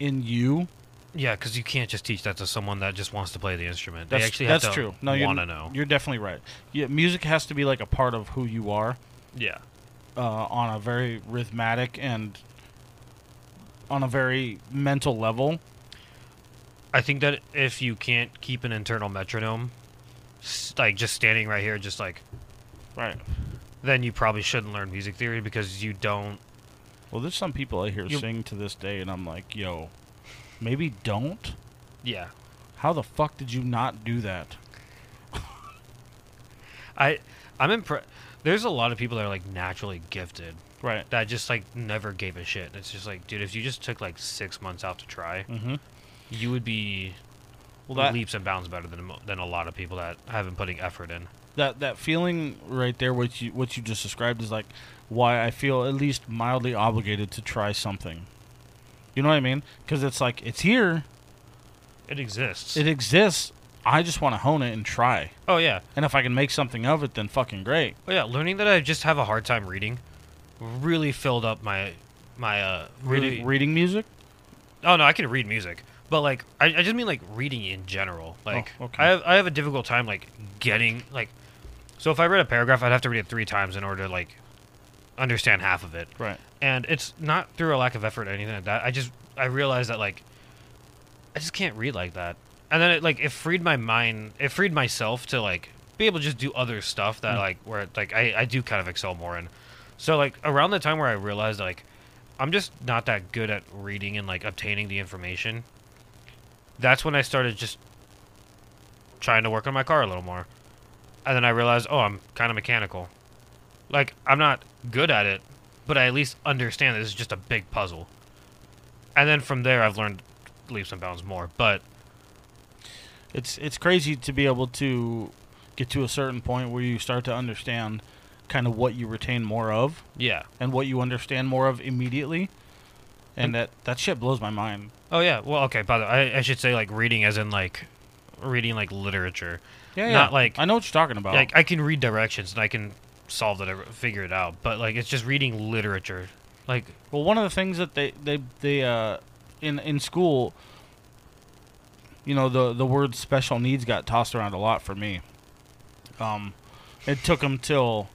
in you. yeah, because you can't just teach that to someone that just wants to play the instrument. That's they actually that's have to true. No, you're- want to know. You're definitely right. Yeah, music has to be like a part of who you are. Yeah, uh, on a very rhythmic and on a very mental level. I think that if you can't keep an internal metronome, s- like just standing right here, just like Right. then you probably shouldn't learn music theory because you don't. Well, there's some people I hear You- sing to this day, and I'm like, yo, maybe don't. Yeah, How the fuck did you not do that? I I'm impressed. There's a lot of people that are like naturally gifted Right. that just like never gave a shit. It's just like, dude, if you just took like six months out to try, Mhm. you would be Well, that- leaps and bounds better than mo- than a lot of people that have been putting effort in. That that feeling right there, what you what you just described, is like why I feel at least mildly obligated to try something. You know what I mean? Because it's like it's here, It exists. it exists. I just want to hone it and try. oh yeah, And if I can make something of it, then fucking great. oh yeah. Learning that I just have a hard time reading really filled up my my uh really. Reading, reading music. oh no, I can read music. But like, I, I just mean like reading in general. Like, Oh, okay. I have I have a difficult time like getting like. So if I read a paragraph, I'd have to read it three times in order to like understand half of it. Right. and it's not through a lack of effort or anything like that. I just I realized that like I just can't read like that, and then it like it freed my mind, it freed myself to like be able to just do other stuff that like where like I I do kind of excel more in. So like around the time where I realized like I'm just not that good at reading and like obtaining the information. That's when I started just trying to work on my car a little more. And then I realized, oh, I'm kind of mechanical. Like, I'm not good at it, but I at least understand that this is just a big puzzle. And then from there, I've learned leaps and bounds more. But it's it's crazy to be able to get to a certain point where you start to understand kind of what you retain more of yeah, and what you understand more of immediately and that that shit blows my mind. Oh yeah. Well, okay. By the I, I should say like reading as in like reading like literature. Yeah, Not like I know what you're talking about. like I can read directions and I can solve it, or figure it out. But like it's just reading literature. Like Well, one of the things that they they they uh, in in school, you know, the the word special needs got tossed around a lot for me. Um, it took them till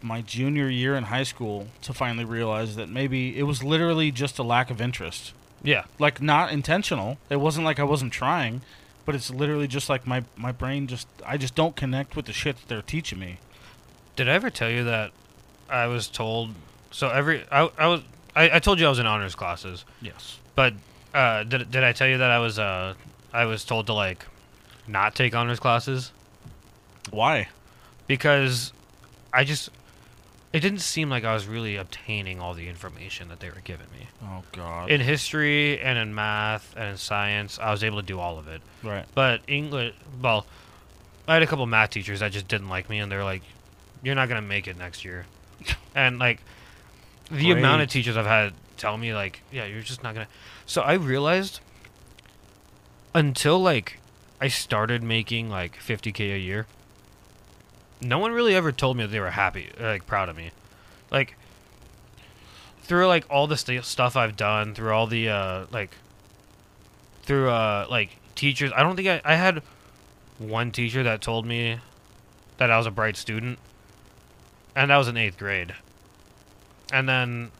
my junior year in high school to finally realize that maybe it was literally just a lack of interest, yeah, like not intentional. It wasn't like I wasn't trying, but it's literally just like my my brain just I just don't connect with the shit that they're teaching me. Did I ever tell you that I was told? So every I, I was I, I told you I was in honors classes, Yes. but uh, did did I tell you that I was uh I was told to like not take honors classes Why? because I just it didn't seem like I was really obtaining all the information that they were giving me Oh God. in history and in math and in science. I was able to do all of it. right. But English, well, I had a couple math teachers that just didn't like me, and they're like, "You're not gonna make it next year," and like the amount of Great. teachers I've had tell me like, "Yeah, you're just not gonna." So I realized until like I started making like 50k a year, no one really ever told me that they were happy, uh, like proud of me, like through like all the st- stuff I've done, through all the uh like through uh like teachers. I don't think I, I had one teacher that told me that I was a bright student, and that was in eighth grade. And then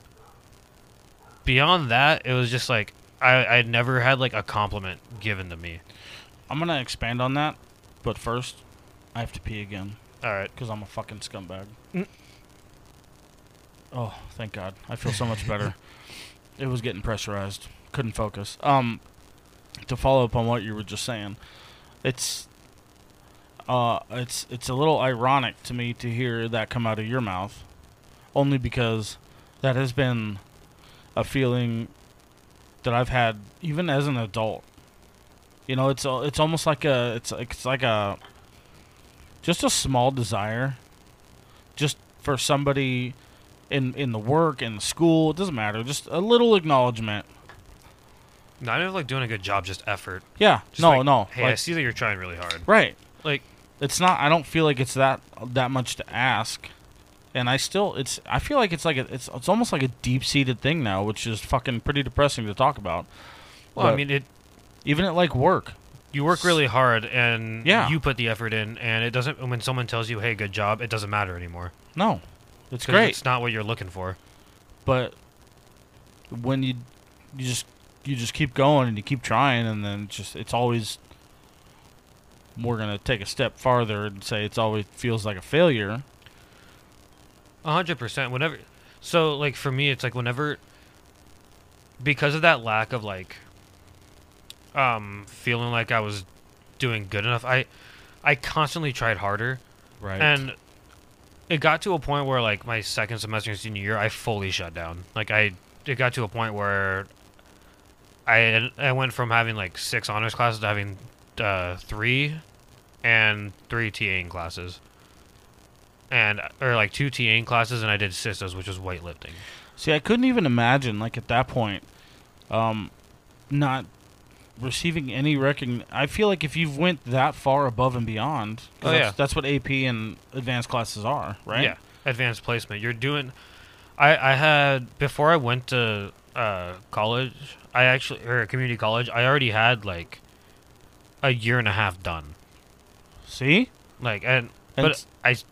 beyond that, it was just like I I never had like a compliment given to me. I'm gonna expand on that, but first, I have to pee again All right, because I'm a fucking scumbag. Oh, thank God! I feel so much better. it was getting pressurized. Couldn't focus. Um, to follow up on what you were just saying, it's uh, it's it's a little ironic to me to hear that come out of your mouth, only because that has been a feeling that I've had even as an adult. You know, it's al- it's almost like a it's it's like a just a small desire, just for somebody in in the work in the school. It doesn't matter. Just a little acknowledgement. not even like doing a good job, just effort. Yeah. Just no. like, no. Hey, I like- see that you're trying really hard. right. Like It's not. I don't feel like it's that that much to ask, and I still. It's. I feel like it's like a, it's. It's almost like a deep seated thing now, which is fucking pretty depressing to talk about. well, I But mean it. even at like work. You work really hard, and Yeah. you put the effort in, and it doesn't. When someone tells you, "Hey, good job," it doesn't matter anymore. No, it's 'Cause great. It's not what you're looking for. but when you you just you just keep going and you keep trying and then it's just it's always we're gonna take a step farther and say it's always feels like a failure A hundred percent. Whenever, so like for me, it's like whenever, because of that lack of like, um, feeling like I was doing good enough, I, I constantly tried harder, right and it got to a point where like my second semester in senior year, I fully shut down. Like I, it got to a point where, I I went from having like six honors classes to having, uh, three, and three TAing classes. And or like two TAing classes, and I did CISOs, which was weightlifting. see i couldn't even imagine like at that point um not receiving any recognition i feel like if you've went that far above and beyond 'cause Oh, that's, yeah. that's what ap and advanced classes are right Yeah, advanced placement. You're doing. I I had before I went to uh, college. I actually or community college. I already had like a year and a half done. see Like and, And but s- I s-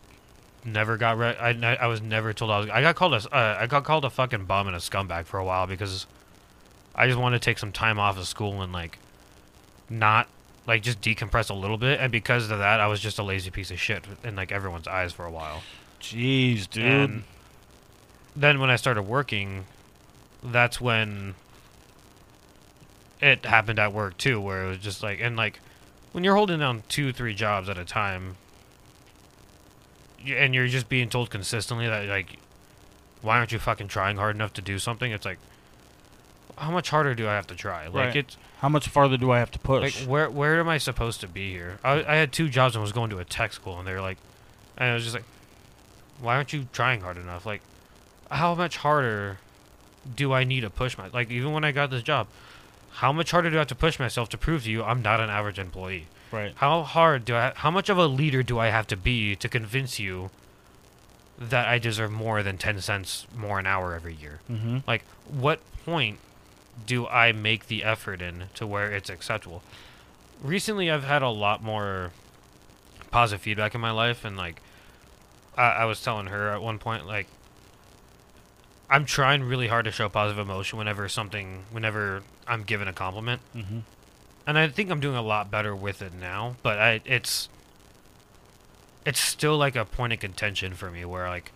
never got re- I ne- I was never told I was. I got called a s- uh, I got called a fucking bum and a scumbag for a while because I just wanted to take some time off of school and like not like just decompress a little bit and because of that I was just a lazy piece of shit in like everyone's eyes for a while. jeez dude And then when I started working, that's when it happened at work too, where it was just like, and like, when you're holding down two, three jobs at a time, y- and you're just being told consistently that like, why aren't you fucking trying hard enough to do something? It's like, how much harder do I have to try? Like Right. it's how much farther do i have to like push where where am I supposed to be here? I, I had two jobs and was going to a tech school, and they were like, and I was just like, why aren't you trying hard enough? Like, how much harder do I need to push my like even when I got this job, how much harder do I have to push myself to prove to you I'm not an average employee? Right. How hard do I how much of a leader do I have to be to convince you that I deserve more than 10 cents more an hour every year? Mm-hmm. Like what point do I make the effort in to where it's acceptable? Recently I've had a lot more positive feedback in my life and like I, I was telling her at one point like I'm trying really hard to show positive emotion whenever something, whenever I'm given a compliment, mm-hmm. and I think I'm doing a lot better with it now. But I, it's, it's still like a point of contention for me where like,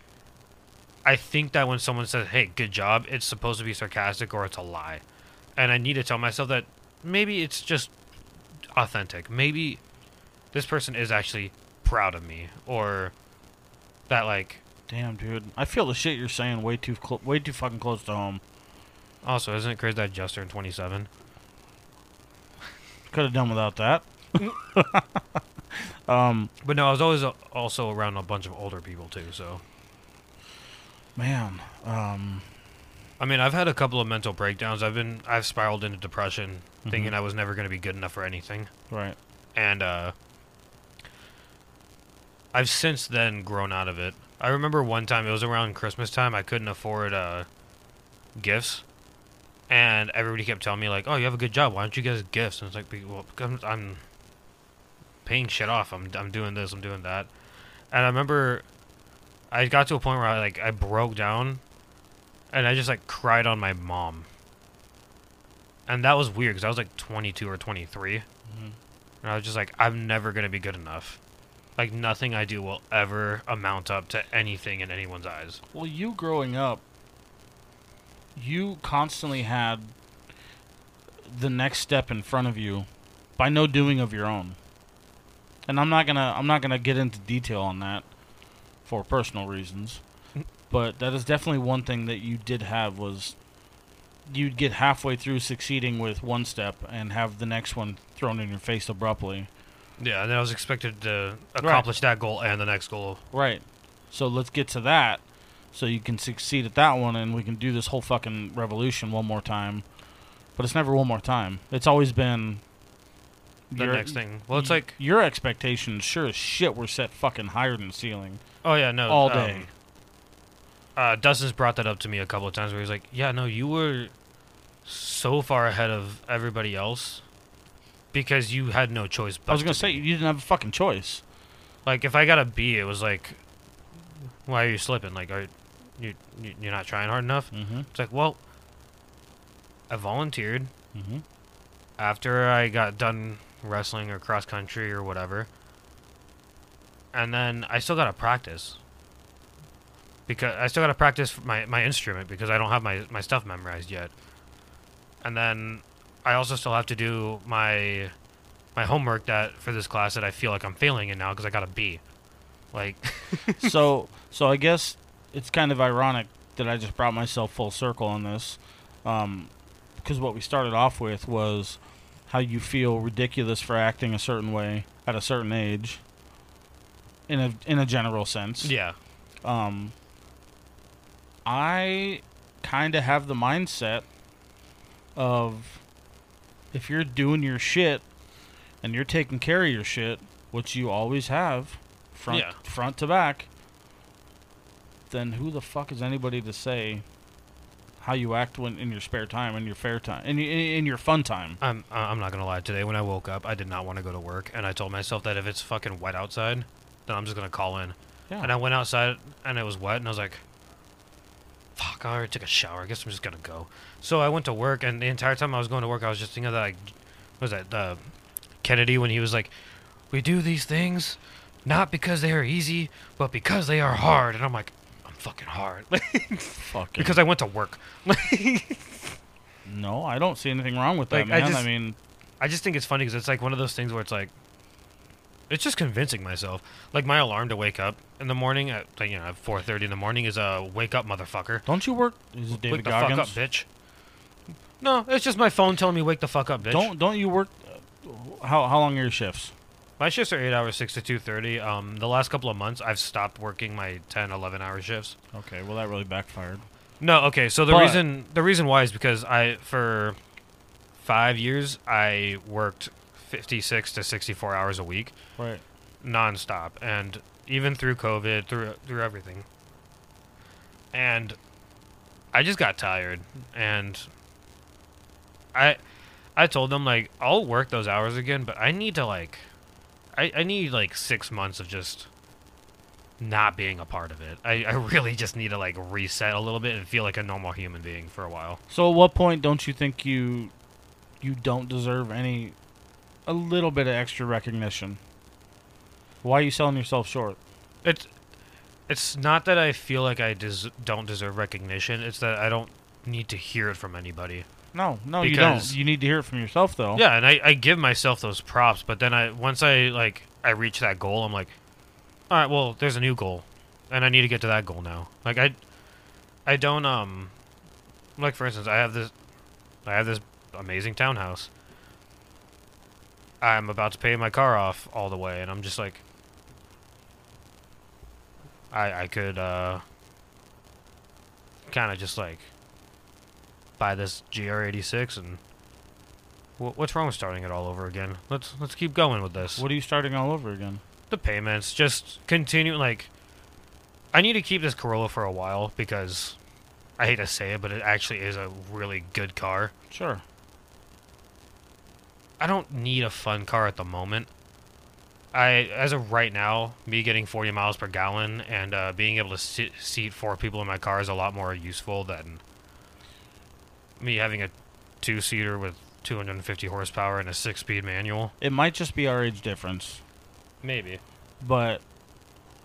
I think that when someone says, "Hey, good job," it's supposed to be sarcastic or it's a lie, and I need to tell myself that maybe it's just authentic. Maybe this person is actually proud of me, or that like Damn, dude. I feel the shit you're saying way too clo- way too fucking close to home. Also, isn't it crazy that Jester in 27? Could have done without that. But no, I was always uh, also around a bunch of older people too. So, Man, um, I mean, I've had a couple of mental breakdowns. I've been I've spiraled into depression, thinking I was never going to be good enough for anything, right. and uh, I've since then grown out of it. I remember one time it was around Christmas time. I couldn't afford uh, gifts, and everybody kept telling me like, "Oh, you have a good job. Why don't you get us gifts?" And it's like, "Be- "Well, because I'm, I'm paying shit off. I'm I'm doing this. I'm doing that." And I remember I got to a point where I like I broke down, and I just like cried on my mom. And that was weird because I was like 22 or 23, and I was just like, "I'm never gonna be good enough." Like nothing I do will ever amount up to anything in anyone's eyes. Well, you growing up, you constantly had the next step in front of you by no doing of your own. And I'm not going to I'm not going to get into detail on that for personal reasons, but that is definitely one thing that you did have was you'd get halfway through succeeding with one step and have the next one thrown in your face abruptly. Yeah, and I was expected to accomplish that goal and the next goal. Right. So let's get to that so you can succeed at that one and we can do this whole fucking revolution one more time. But it's never one more time. It's always been The your- next thing. Well, it's y- like, your expectations sure as shit were set fucking higher than the ceiling oh yeah, no, all um, day. uh, Dustin's brought that up to me a couple of times where he's like, "Yeah, no, you were so far ahead of everybody else because you had no choice." But I was gonna to say be." you didn't have a fucking choice. like, if I got a B, it was like, "Why are you slipping? Like, are you you- you're not trying hard enough?" Mm-hmm. It's like, well, I volunteered Mhm. after I got done wrestling or cross country or whatever, and then I still got to practice because I still got to practice my my instrument because I don't have my my stuff memorized yet, and then I also still have to do my my homework that for this class that I feel like I'm failing in now because I got a B. Like, so so I guess it's kind of ironic that I just brought myself full circle on this, because what we started off with was how you feel ridiculous for acting a certain way at a certain age. In a in a general sense, yeah, I kind of have the mindset of if you're doing your shit and you're taking care of your shit, which you always have, front Yeah. front to back, then who the fuck is anybody to say how you act when in your spare time, in your fair time, in, y- in, in your fun time? I'm I- I'm not gonna lie. Today when I woke up, I did not want to go to work, and I told myself that if it's fucking wet outside, then I'm just gonna call in. Yeah. And I went outside, and it was wet, and I was like, "Fuck! I already took a shower. I guess I'm just gonna go." So I went to work, and the entire time I was going to work, I was just thinking of that. Like, what was that uh, Kennedy when he was like, "We do these things." Not because they are easy, but because they are hard. And I'm like, I'm fucking hard. Fucking because I went to work. no, I don't see anything wrong with that, Like, I man. I, just- mean, I just think it's funny because it's like one of those things where it's like, it's just convincing myself. Like my alarm to wake up in the morning at like, you know at four thirty in the morning is a uh, wake up motherfucker. don't you work? Is it David wake the Goggins? fuck up, bitch. No, it's just my phone telling me wake the fuck up, bitch. don't don't you work? uh, How how long are your shifts? My shifts are eight hours, six to two thirty. Um, the last couple of months I've stopped working my 10, 11 hour shifts. Okay, well that really backfired. No, okay. So the But- reason the reason why is because I for five years I worked fifty six to sixty four hours a week Right. nonstop, and even through COVID, through through everything, and I just got tired, and I I told them like I'll work those hours again, but I need to like I I need like six months of just not being a part of it. I, I really just need to like reset a little bit and feel like a normal human being for a while. So at what point don't you think you you don't deserve any a little bit of extra recognition? Why are you selling yourself short? It's it's not that I feel like I des- don't deserve recognition. It's that I don't need to hear it from anybody. No, no, Because- you don't. You need to hear it from yourself though. Yeah, and I, I give myself those props, but then I once I like I reach that goal, I'm like, all right, well, there's a new goal, and I need to get to that goal now. Like I, I don't um, like for instance, I have this, I have this amazing townhouse. I'm about to pay my car off all the way, and I'm just like, I I could uh, kind of just like buy this GR86 and Wh- What's wrong with starting it all over again? Let's let's keep going with this. What are you starting all over again? the payments just continue like I need to keep this Corolla for a while because I hate to say it, but it actually is a really good car. Sure. I don't need a fun car at the moment. I as of right now, me getting 40 miles per gallon and uh, being able to sit, seat four people in my car is a lot more useful than me having a two-seater with 250 horsepower and a six-speed manual. It might just be our age difference, Maybe. but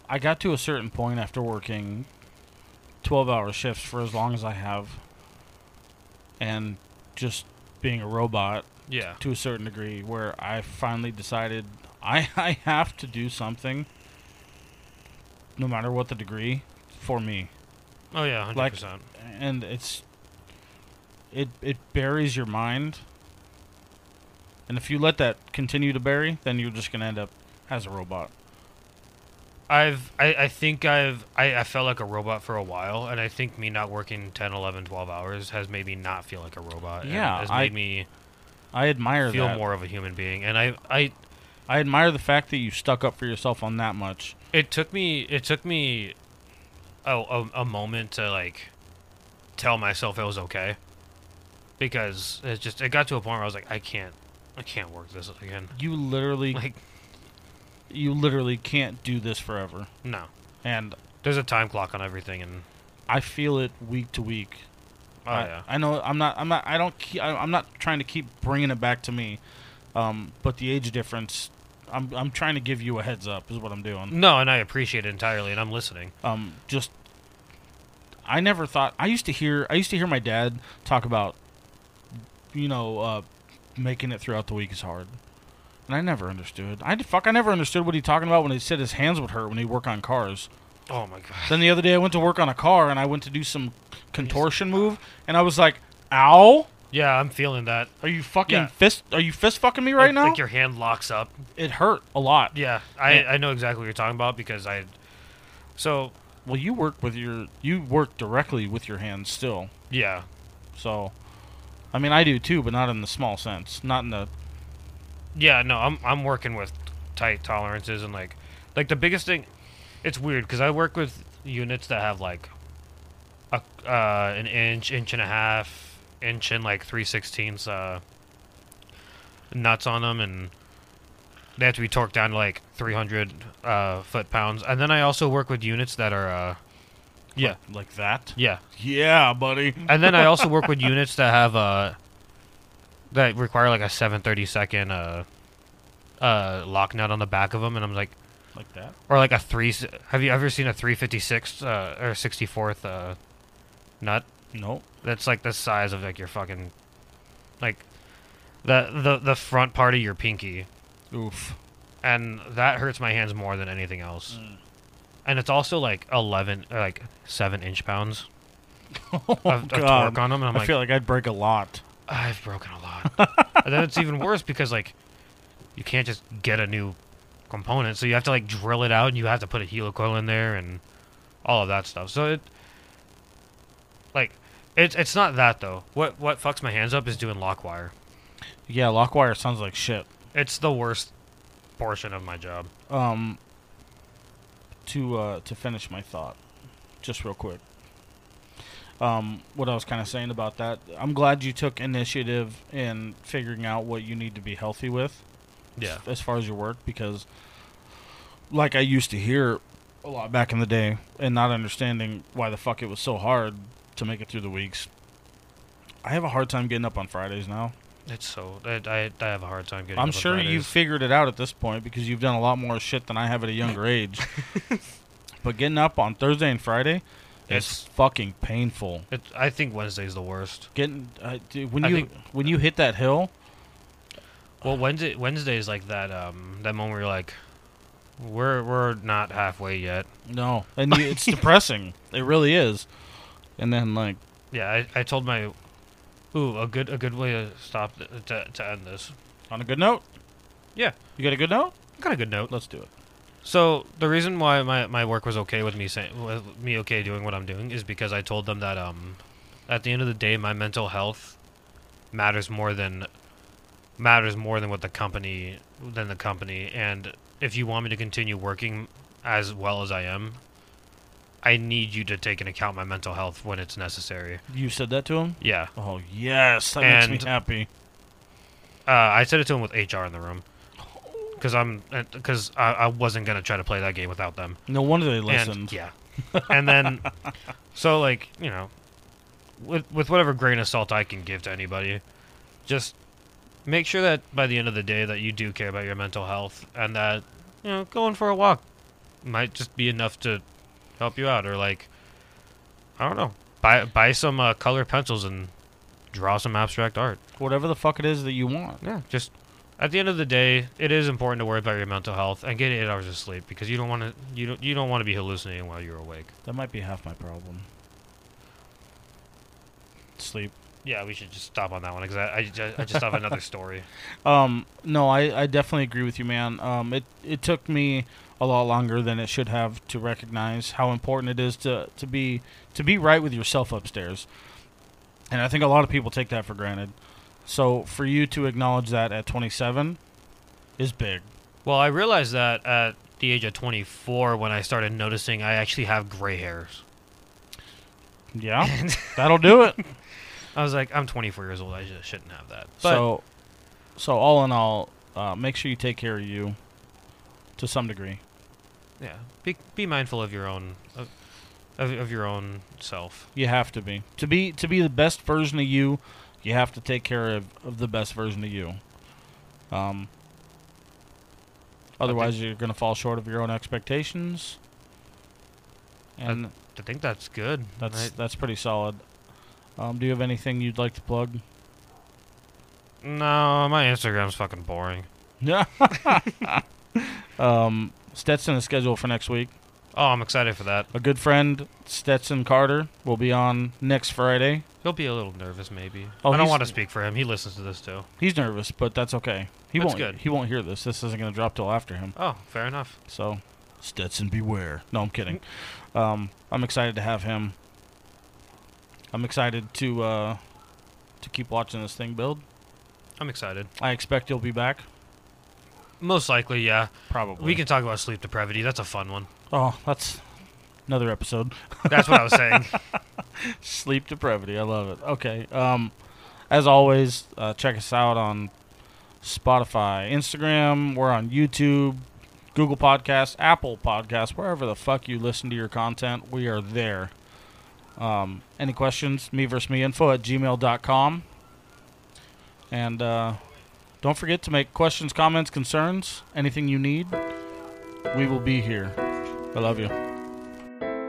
I got to a certain point after working 12-hour shifts for as long as I have and just being a robot Yeah. to a certain degree where I finally decided I, I have to do something, no matter what the degree, for me. Oh yeah, hundred Like- percent. And it's it it buries your mind. And if you let that continue to bury, then you're just gonna end up as a robot. I've I, I think I've I, I felt like a robot for a while and I think me not working 10, 11, 12 hours has made me not feel like a robot. and Yeah, has I made me I admire feel that. more of a human being. And I I I admire the fact that you stuck up for yourself on that much. it took me it took me a, a, a moment to like tell myself it was okay because it just it got to a point where I was like I can't I can't work this again. You literally Like you literally can't do this forever. no. And There's a time clock on everything and I feel it week to week. oh I, yeah. I know I'm not I'm not I don't keep, I, I'm not trying to keep bringing it back to me, um, but the age difference. I'm I'm trying to give you a heads up is what I'm doing. No, and I appreciate it entirely and I'm listening. Um, just I never thought I used to hear I used to hear my dad talk about, you know, uh, making it throughout the week is hard, and I never understood. I fuck I never understood what he talking about when he said his hands would hurt when he work on cars. Oh my god. Then the other day I went to work on a car and I went to do some contortion move and I was like, ow. Yeah, I'm feeling that. Are you fucking Yeah. fist? Are you fist fucking me right like, now? Like your hand locks up. it hurt a lot. Yeah, I, Yeah. I know exactly what you're talking about because I. So Well, you work with your you work directly with your hands still. yeah, So, I mean, I do too, but not in the small sense. Not in the yeah. No, I'm I'm working with tight tolerances and like, like the biggest thing. It's weird because I work with units that have like, a uh, an inch, inch and a half, inch and like three sixteenths uh, nuts on them, and they have to be torqued down to like 300 uh, foot pounds. And then I also work with units that are uh, yeah, like that. yeah, Yeah, buddy. and then I also work with units that have uh that require like a 730 second uh uh lock nut on the back of them, and I'm like, Like that. or like a three. Have you ever seen a 356 uh, or 64th uh nut? No. That's like the size of like your fucking like the the the front part of your pinky, Oof. and that hurts my hands more than anything else. Mm. And it's also like 11 or like seven inch pounds of, of torque on them, and I'm Oh I like, feel like I'd break a lot. I've broken a lot. and then it's even worse because like you can't just get a new component, so you have to like drill it out and you have to put a helicoil in there and all of that stuff. So it Like, it's it's not that though. What what fucks my hands up is doing lockwire. Yeah, Lockwire sounds like shit. It's the worst portion of my job. Um, to uh, to finish my thought, just real quick. Um, what I was kind of saying about that, I'm glad you took initiative in figuring out what you need to be healthy with. Yeah. as far as your work because like I used to hear a lot back in the day and not understanding why the fuck it was so hard to make it through the weeks. I have a hard time getting up on Fridays now. It's so I, I, I have a hard time getting. up I'm on sure you've Fridays. figured it out at this point because you've done a lot more shit than I have at a younger age. but getting up on Thursday and Friday It's- is fucking painful. It, I think Wednesday's the worst. Getting uh, dude, when I you think- when you hit that hill, Well, Wednesday Wednesday is like that um that moment where you're like, we're we're not halfway yet. no, and you, it's depressing. It really is. And then like Yeah, I, I told my, ooh a good a good way to stop th- to to end this. on a good note, Yeah, you got a good note. got a good note. Let's do it. So the reason why my, my work was okay with me saying with me okay doing what I'm doing is because I told them that um at the end of the day my mental health matters more than matters more than what the company than the company and if you want me to continue working as well as I am I need you to take into account my mental health when it's necessary. You said that to him? Yeah. Oh yes, that makes And- me happy. Uh, I said it to him with HR in the room. Cuz I'm cuz I, I wasn't going to try to play that game without them. No wonder they And- listened. yeah. and then, so like you know, with with whatever grain of salt I can give to anybody, just make sure that by the end of the day that you do care about your mental health and that you know going for a walk might just be enough to help you out or like I don't know buy buy some uh, color pencils and draw some abstract art. Whatever the fuck it is that you want. Yeah, just at the end of the day, it is important to worry about your mental health and get eight hours of sleep because you don't want to you don't you don't want to be hallucinating while you're awake. That might be half my problem. Sleep. Yeah, we should just stop on that one because I, I, ju- I just have another story. Um, no, I, I definitely agree with you, man. Um, it it took me a lot longer than it should have to recognize how important it is to, to be to be right with yourself upstairs. And I think a lot of people take that for granted. So for you to acknowledge that at 27 is big. Well, I realized that at the age of 24 when I started noticing I actually have gray hairs. Yeah. That'll do it. I was like, I'm 24 years old. I just shouldn't have that. But so, so all in all, uh, make sure you take care of you to some degree. yeah, be, be mindful of your own of, of, of your own self. You have to be to be to be the best version of you. You have to take care of, of the best version of you. Um. Otherwise, you're gonna fall short of your own expectations. And I think that's good. that's I- that's pretty solid. Um, do you have anything you'd like to plug? no, my Instagram's fucking boring. Yeah. um, Stetson is scheduled for next week. Oh, I'm excited for that. A good friend, Stetson Carter, will be on next Friday. He'll be a little nervous, maybe. Oh, I don't he's- want to speak for him. He listens to this too. He's nervous, but that's okay. He That's won't. good. He won't hear this. This isn't going to drop till after him. Oh, fair enough. So, Stetson, beware. No, I'm kidding. Um, I'm excited to have him. I'm excited to uh, to keep watching this thing build. I'm excited. I expect you'll be back. Most likely, yeah. Probably. We can talk about sleep depravity. That's a fun one. Oh, that's another episode. That's what I was saying. Sleep depravity. I love it. Okay. Um, as always, uh, check us out on Spotify, Instagram. We're on YouTube, Google Podcasts, Apple Podcasts, wherever the fuck you listen to your content. We are there. Um, any questions? Me versus me info at gmail.com. And uh, don't forget to make questions, comments, concerns, anything you need. We will be here. I love you.